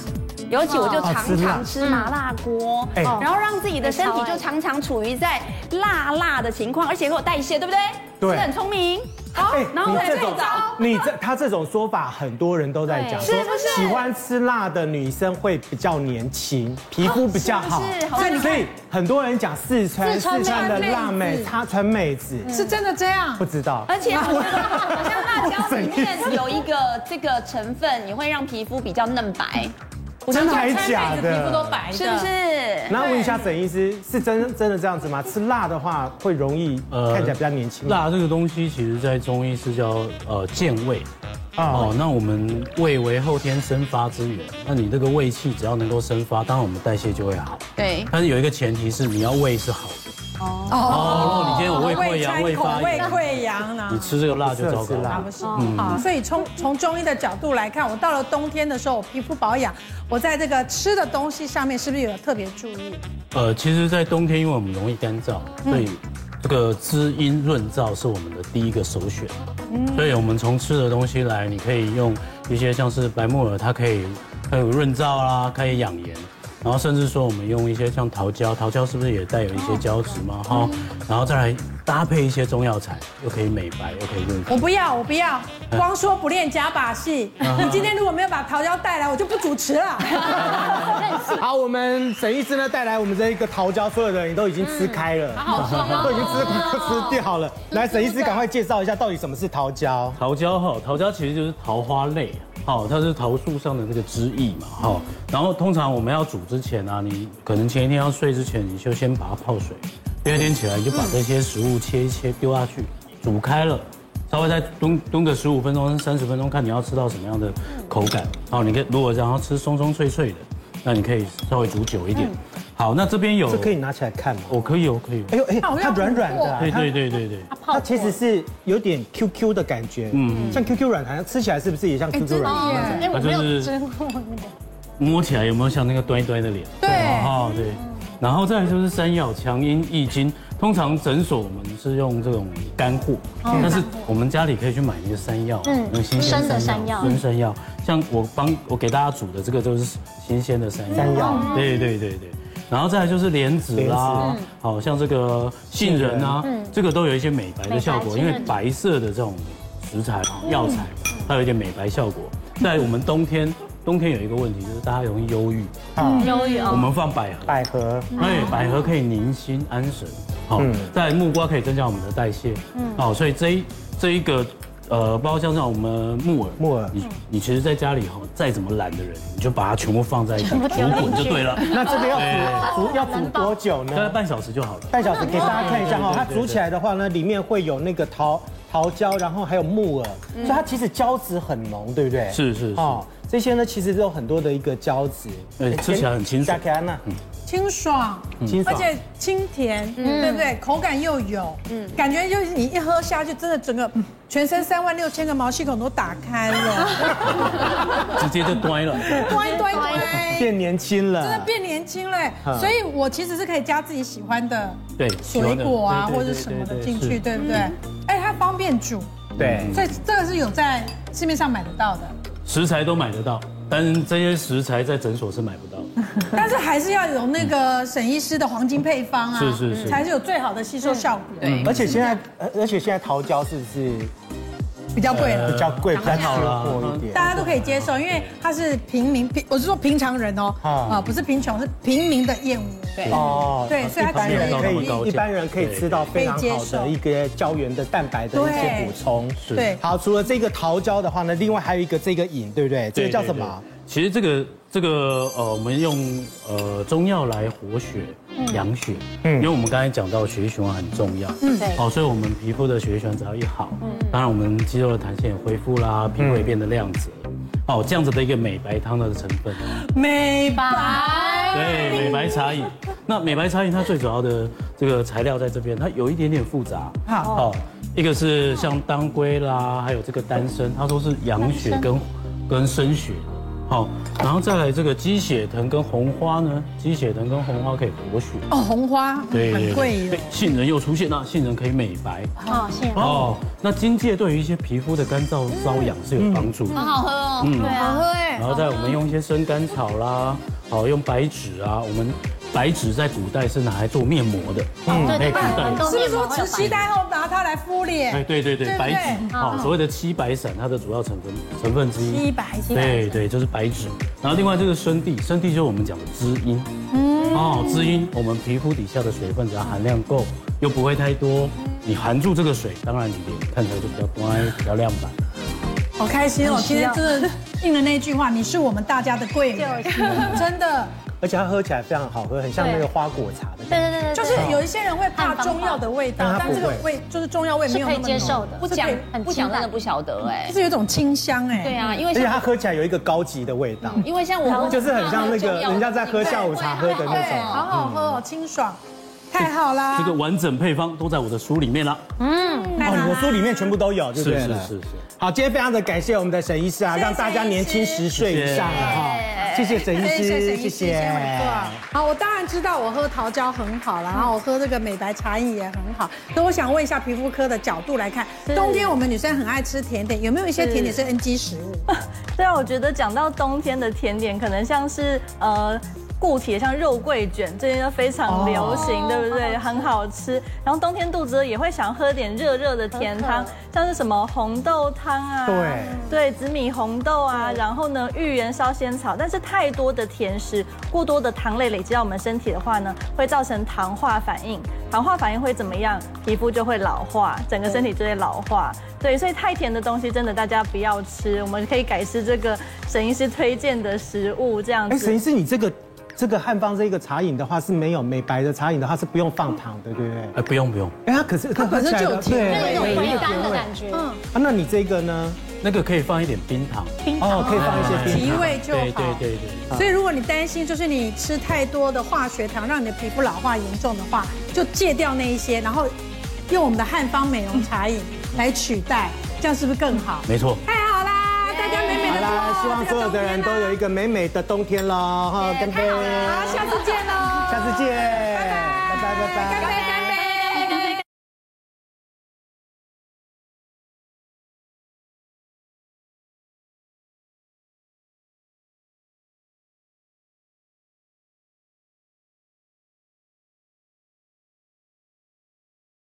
[SPEAKER 6] 尤其我就
[SPEAKER 1] 哦
[SPEAKER 6] 常
[SPEAKER 1] 吃辣
[SPEAKER 6] 常吃麻辣锅，
[SPEAKER 1] 哎
[SPEAKER 6] 然后让自己的身体就常常处于在辣辣的情况，而且会有代谢，对不对？
[SPEAKER 1] 对
[SPEAKER 6] 是不是很聪明。好
[SPEAKER 1] 哎，
[SPEAKER 6] 哦然后
[SPEAKER 1] 你
[SPEAKER 6] 再
[SPEAKER 1] 这
[SPEAKER 6] 睡
[SPEAKER 1] 种
[SPEAKER 6] 着，
[SPEAKER 1] 你这他这种说法，很多人都在讲，
[SPEAKER 3] 对
[SPEAKER 1] 说
[SPEAKER 6] 是不是
[SPEAKER 1] 喜欢吃辣的女生会比较年轻，皮肤比较好
[SPEAKER 6] 哦是不是好。
[SPEAKER 1] 所以所以很多人讲四川
[SPEAKER 3] 四川
[SPEAKER 1] 四川的
[SPEAKER 3] 妹
[SPEAKER 6] 啊
[SPEAKER 1] 辣妹，
[SPEAKER 2] 子
[SPEAKER 1] 她川妹子
[SPEAKER 6] 嗯
[SPEAKER 2] 是真的这样
[SPEAKER 1] 不？知道。
[SPEAKER 6] 而且好像辣椒里面有一个这个成分，也会让皮肤比较嫩白，
[SPEAKER 1] 真的还是假的？
[SPEAKER 6] 白 (laughs) 是不是？
[SPEAKER 1] 那问一下沈医师，是真真的这样子吗？吃辣的话会容易
[SPEAKER 8] 呃
[SPEAKER 1] 看起来比较年轻吗？
[SPEAKER 8] 辣这个东西，其实在中医是叫呃健胃。
[SPEAKER 1] 哦
[SPEAKER 8] 哦，那我们胃为后天生发之源，那你这个胃气只要能够生发，当然我们代谢就会好。
[SPEAKER 6] 对，
[SPEAKER 8] 但是有一个前提是你要胃是好的。
[SPEAKER 2] 哦，
[SPEAKER 8] 哦，如果你今天有胃溃疡、
[SPEAKER 2] 胃
[SPEAKER 8] 胃
[SPEAKER 2] 口
[SPEAKER 8] 发
[SPEAKER 2] 胃
[SPEAKER 8] 炎，
[SPEAKER 2] 溃疡呢
[SPEAKER 8] 你？吃这个辣就糟
[SPEAKER 1] 啊不适嗯
[SPEAKER 8] 糕
[SPEAKER 1] 合吃
[SPEAKER 8] 了
[SPEAKER 1] 辣。
[SPEAKER 2] 不是，啊好，所以从从中医的角度来看，我到了冬天的时候，我皮肤保养，我在这个吃的东西上面是不是有特别注意？
[SPEAKER 8] 呃，其实，在冬天，因为我们容易干燥，
[SPEAKER 2] 嗯
[SPEAKER 8] 所以这个滋阴润燥是我们的第一个首选。
[SPEAKER 2] 嗯
[SPEAKER 8] 所以我们从吃的东西来，你可以用一些像是白木耳，它可以它有润燥啦，可以养颜。然后甚至说，我们用一些像桃胶，桃胶是不是也带有一些胶质嘛？哈，
[SPEAKER 2] 嗯
[SPEAKER 8] 然后再来搭配一些中药材，又可以美白，又可以润
[SPEAKER 2] 我
[SPEAKER 8] 肤。
[SPEAKER 2] 不要，我不要，光说不练假把戏。
[SPEAKER 8] 啊
[SPEAKER 2] 你今天如果没有把桃胶带来，我就不主持了。
[SPEAKER 1] 好，我们沈医师呢带来我们这一个桃胶，所有的人都已经吃开了， (laughs) 都已经吃快吃掉了。来，沈医师赶快介绍一下到底什么是桃胶。
[SPEAKER 8] 桃胶哈，桃胶其实就是桃花类，好，它是桃树上的那个枝叶嘛，哈。然后通常我们要煮之前啊，你可能前一天要睡之前，你就先把它泡水，第二天起来你就把这些食物切一切丢下去，煮开了。稍微再炖炖个十五分钟、三十分钟，看你要吃到什么样的口感。好，你可以如果想要吃松松脆脆的，那你可以稍微煮久一点。好，那这边有
[SPEAKER 1] 这可以，拿起来看吗？
[SPEAKER 8] 我可以，我可以，
[SPEAKER 1] 哎呦哎，
[SPEAKER 2] 我
[SPEAKER 1] 它
[SPEAKER 2] 要
[SPEAKER 1] 软软的啊，
[SPEAKER 8] 对
[SPEAKER 1] 它
[SPEAKER 8] 对对对对。
[SPEAKER 1] 它其实是有点 QQ 的感觉，嗯，像 QQ 软糖，吃起来是不是也像 QQ 软糖？
[SPEAKER 3] 哎，我
[SPEAKER 8] 它
[SPEAKER 3] 没有
[SPEAKER 8] 就是
[SPEAKER 3] 蒸过那个。
[SPEAKER 8] 摸起来有没有像那个端一端的脸？
[SPEAKER 2] 对
[SPEAKER 8] 哦对。然后再来就是山药、强阴、益精，通常诊所我们是用这种干货，但是我们家里可以去买那个山药，
[SPEAKER 3] 嗯
[SPEAKER 8] 那个新鲜
[SPEAKER 3] 生的山药
[SPEAKER 8] 生山药。像我帮我给大家煮的这个就是新鲜的山药，嗯
[SPEAKER 1] 山药
[SPEAKER 8] 对对对对。然后再来就是莲子啦，好像这个杏仁啊，这个都有一些美白的效果，
[SPEAKER 3] 美白
[SPEAKER 8] 因为
[SPEAKER 3] 杏仁
[SPEAKER 8] 白色的这种食材啊药材，它有一点美白效果。在我们冬天，冬天有一个问题就是大家容易忧郁，
[SPEAKER 6] 忧郁
[SPEAKER 8] 我
[SPEAKER 6] 哦。
[SPEAKER 7] 嗯
[SPEAKER 8] 们放百合，
[SPEAKER 1] 百合，
[SPEAKER 2] 嗯
[SPEAKER 8] 哎，百合可以宁心安神，好
[SPEAKER 1] 嗯，
[SPEAKER 8] 在木瓜可以增加我们的代谢，
[SPEAKER 2] 嗯
[SPEAKER 8] 哦，所以这一这一个。呃，包括像像我们木耳，
[SPEAKER 1] 木耳
[SPEAKER 2] 嗯
[SPEAKER 8] 你你其实在家里哈，再怎么懒的人，你就把它全部放在一起煮滚
[SPEAKER 2] (laughs)
[SPEAKER 8] 就对了，
[SPEAKER 1] 那这个要煮煮要煮多久
[SPEAKER 8] 大概
[SPEAKER 1] 呢？
[SPEAKER 8] 半小时就好了。
[SPEAKER 1] 半小时给大家看一下哈、它煮起来的话呢，里面会有那个桃桃胶，然后还有木耳，所以它其实胶质很浓，对不对？
[SPEAKER 8] 嗯是是是哎
[SPEAKER 1] 哦，这些呢其实都有很多的一个胶质，
[SPEAKER 8] 对吃起来很清爽嗯
[SPEAKER 1] 加给安娜，
[SPEAKER 2] 清爽，
[SPEAKER 1] 清
[SPEAKER 2] 而
[SPEAKER 1] 爽。
[SPEAKER 2] 且清甜，对不对？口感又有，嗯，感觉就是你一喝下去，真的整个嗯全身三万六千个毛细孔都打开了，
[SPEAKER 8] 直接就端了。
[SPEAKER 2] 乖乖
[SPEAKER 8] (laughs)
[SPEAKER 2] 乖，
[SPEAKER 1] 变年轻了，
[SPEAKER 2] 真的变年轻嘞
[SPEAKER 1] 嗯。
[SPEAKER 2] 所以我其实是可以加自己喜欢的
[SPEAKER 8] 对，
[SPEAKER 2] 水果啊，
[SPEAKER 8] 有
[SPEAKER 2] 或者
[SPEAKER 8] 的对对对
[SPEAKER 2] 什么的
[SPEAKER 8] 对对
[SPEAKER 2] 进
[SPEAKER 8] 是
[SPEAKER 2] 去，对不对？哎，它方便煮，
[SPEAKER 8] 对，
[SPEAKER 2] 所以这个是有在市面上买得到
[SPEAKER 8] (laughs)
[SPEAKER 2] 的，
[SPEAKER 8] 食材都买得到，但是这些食材在诊所是买不到。
[SPEAKER 2] 但是还是要有那个沈医师的黄金配方啊，
[SPEAKER 8] 是是是
[SPEAKER 2] 才是有最好的吸收效果。
[SPEAKER 6] 对，
[SPEAKER 8] 嗯
[SPEAKER 1] 嗯而且现在，而而且现在桃胶是不是
[SPEAKER 2] 比较贵了
[SPEAKER 8] 呃
[SPEAKER 1] 比。较贵，比较
[SPEAKER 8] 好啦
[SPEAKER 1] 吃货一点？
[SPEAKER 2] 大家都可以接受，因为它是平民平，我是说平常人哦，
[SPEAKER 1] 啊
[SPEAKER 2] 啊，不是贫穷，是平民的燕窝。对，
[SPEAKER 1] 哦
[SPEAKER 2] 对所以它
[SPEAKER 1] 一般
[SPEAKER 2] 其实
[SPEAKER 1] 人
[SPEAKER 2] 也
[SPEAKER 1] 可
[SPEAKER 2] 可以
[SPEAKER 1] 以，一般人可以吃到非常
[SPEAKER 2] 可以
[SPEAKER 1] 好
[SPEAKER 2] 接受
[SPEAKER 1] 的一个胶原的蛋白的一些
[SPEAKER 2] 对
[SPEAKER 1] 补充。是
[SPEAKER 2] 对
[SPEAKER 1] 好，除了这个桃胶的话呢，另外还有一个这个饮，对不对？这个叫什么？
[SPEAKER 8] 对？对对其实这个这个呃，我们用呃中药来活血、养血，嗯，因为我们刚才讲到血液循环很重要，嗯，
[SPEAKER 3] 对
[SPEAKER 8] 好，所以我们皮肤的血液循环只要一好，嗯，当然我们肌肉的弹性也恢复啦，
[SPEAKER 1] 嗯
[SPEAKER 8] 皮肤也变得亮泽。哦，这样子的一个美白汤的成分，
[SPEAKER 2] 美白
[SPEAKER 3] 白
[SPEAKER 8] 对，美白茶饮。那美白茶饮它最主要的这个材料在这边，它有一点点复杂。
[SPEAKER 2] 好
[SPEAKER 8] 哦，一个是像当归啦，还有这个丹参，它都是养血跟跟生血。好，然后再来这个鸡血藤跟红花呢，鸡血藤跟红花可以活血。
[SPEAKER 2] 哦，红花很贵哦耶
[SPEAKER 8] 对，哎杏仁又出现了，杏仁可以美白。
[SPEAKER 3] 哦，谢谢。
[SPEAKER 8] 哦，那荆芥对于一些皮肤的干燥瘙痒是有帮助的。
[SPEAKER 6] 好喝哦。
[SPEAKER 8] 嗯，
[SPEAKER 2] 好喝哎
[SPEAKER 8] 然，后再我们用一些生甘草啦，好用白芷啊，我们白芷在古代是拿来做面膜的，嗯，
[SPEAKER 3] 对
[SPEAKER 8] 可
[SPEAKER 3] 对对，
[SPEAKER 8] 以古代
[SPEAKER 3] 很
[SPEAKER 8] 的。
[SPEAKER 3] 多
[SPEAKER 2] 是不
[SPEAKER 3] 面
[SPEAKER 2] 是
[SPEAKER 3] 膜
[SPEAKER 2] 说
[SPEAKER 3] 会有
[SPEAKER 2] 吃
[SPEAKER 3] 白
[SPEAKER 2] 西代后拿它来敷
[SPEAKER 8] 哎，
[SPEAKER 2] 脸？
[SPEAKER 8] 对对对，
[SPEAKER 2] 对
[SPEAKER 8] 白芷，好，所谓的七白散，它的主要成分成分之一，
[SPEAKER 2] 西白西白
[SPEAKER 8] 对对，就是白芷。然后另外这个生地，生地就是我们讲的滋阴。哦，滋阴，我们皮肤底下的水分只要含量够，又不会太多，你含住这个水，当然你脸看起来就比较乖，比较亮白。
[SPEAKER 2] 好开心哦，今天真的应了那句话，你是我们大家的贵人，真的。
[SPEAKER 1] 而且它喝起来非常好喝，很像那个花果茶的
[SPEAKER 3] 对
[SPEAKER 1] 感觉。
[SPEAKER 3] 对对对，
[SPEAKER 2] 就是有一些人会怕中药的味道，
[SPEAKER 1] 但它
[SPEAKER 2] 但
[SPEAKER 1] 不
[SPEAKER 2] 这个味就是中药味没有那么
[SPEAKER 3] 是可以接受的
[SPEAKER 2] 浓
[SPEAKER 6] 不
[SPEAKER 2] 是可
[SPEAKER 6] 讲
[SPEAKER 2] 以
[SPEAKER 3] 很
[SPEAKER 6] 不
[SPEAKER 3] 清
[SPEAKER 6] 讲
[SPEAKER 3] 淡
[SPEAKER 6] 真的不晓得哎
[SPEAKER 2] 就。是有一种清香哎。
[SPEAKER 6] 对啊，因为
[SPEAKER 1] 而且
[SPEAKER 6] 像
[SPEAKER 1] 它喝起来有一个高级的味
[SPEAKER 2] 嗯
[SPEAKER 1] 道，
[SPEAKER 6] 因为像我
[SPEAKER 1] 就是很像那个人家在喝下午茶喝的那
[SPEAKER 2] 对，
[SPEAKER 1] 种。
[SPEAKER 2] 好好喝哦，清爽，太好啦！
[SPEAKER 8] 这个完整配方都在我的书里面啦。
[SPEAKER 1] 哦，你的书里面全部都有，对不
[SPEAKER 8] 是
[SPEAKER 1] 对？
[SPEAKER 8] 是是是。
[SPEAKER 1] 好，今天非常的感谢我们的沈医师啊，
[SPEAKER 2] 谢谢
[SPEAKER 1] 让大家年轻十岁以上了哈，谢谢沈医
[SPEAKER 2] 哎谢谢
[SPEAKER 1] 师，
[SPEAKER 2] 沈医师，谢谢好，我当然知道我喝桃胶很好
[SPEAKER 3] 嗯
[SPEAKER 2] 啦，然后我喝这个美白茶饮也很好。那我想问一下皮肤科的角度来看，冬天我们女生很爱吃甜点，有没有一些甜点是 NG 食物？
[SPEAKER 7] 对啊，我觉得讲到冬天的甜点，可能像是呃。固体的像肉桂卷，最近都非常流
[SPEAKER 1] 哦
[SPEAKER 7] 行，对不对？很好吃。然后冬天肚子饿也会想喝点热热的甜汤，像是什么红豆汤啊，
[SPEAKER 1] 对
[SPEAKER 7] 对，紫米红豆啊，然后呢芋圆烧仙草。但是太多的甜食，过多的糖类累积到我们身体的话呢，会造成糖化反应。糖化反应会怎么样？皮肤就会老化，整个身体就会老化。对，所以太甜的东西真的大家不要吃，我们可以改吃这个沈医师推荐的食物这样
[SPEAKER 1] 哎，
[SPEAKER 7] 子
[SPEAKER 1] 沈医。师，你这个这个汉方这个茶饮的话是没有美白的茶饮的话是不用放糖的，对不对？
[SPEAKER 8] 哎，不用不用，
[SPEAKER 1] 哎，它可是它
[SPEAKER 2] 本身
[SPEAKER 1] 喝起来
[SPEAKER 2] 就有
[SPEAKER 1] 的对
[SPEAKER 2] 甜
[SPEAKER 3] 就是有
[SPEAKER 1] 有一
[SPEAKER 3] 回
[SPEAKER 1] 个
[SPEAKER 3] 甘
[SPEAKER 1] 甜
[SPEAKER 3] 的
[SPEAKER 1] 味。
[SPEAKER 3] 感觉，嗯，
[SPEAKER 1] 啊，那你这个呢？
[SPEAKER 8] 那个可以放一点冰糖，
[SPEAKER 1] 哦，可以放一些冰
[SPEAKER 2] 哎提
[SPEAKER 1] 糖。
[SPEAKER 2] 味就
[SPEAKER 8] 对
[SPEAKER 2] 好
[SPEAKER 8] 对。对对。
[SPEAKER 2] 所以，如果你担心就是你吃太多的化学糖，让你的皮肤老化严重的话，就戒掉那一些，然后用我们的汉方美容茶饮来取代，这样是不是更好？
[SPEAKER 8] 没错，
[SPEAKER 2] 太好啦，大家美美
[SPEAKER 1] 好
[SPEAKER 2] 的
[SPEAKER 1] 啦，希望所有的人都有一个美美的冬天喽！哈，干杯！
[SPEAKER 2] 好，下次见喽，
[SPEAKER 1] 下次见，拜拜拜拜。
[SPEAKER 2] 拜拜。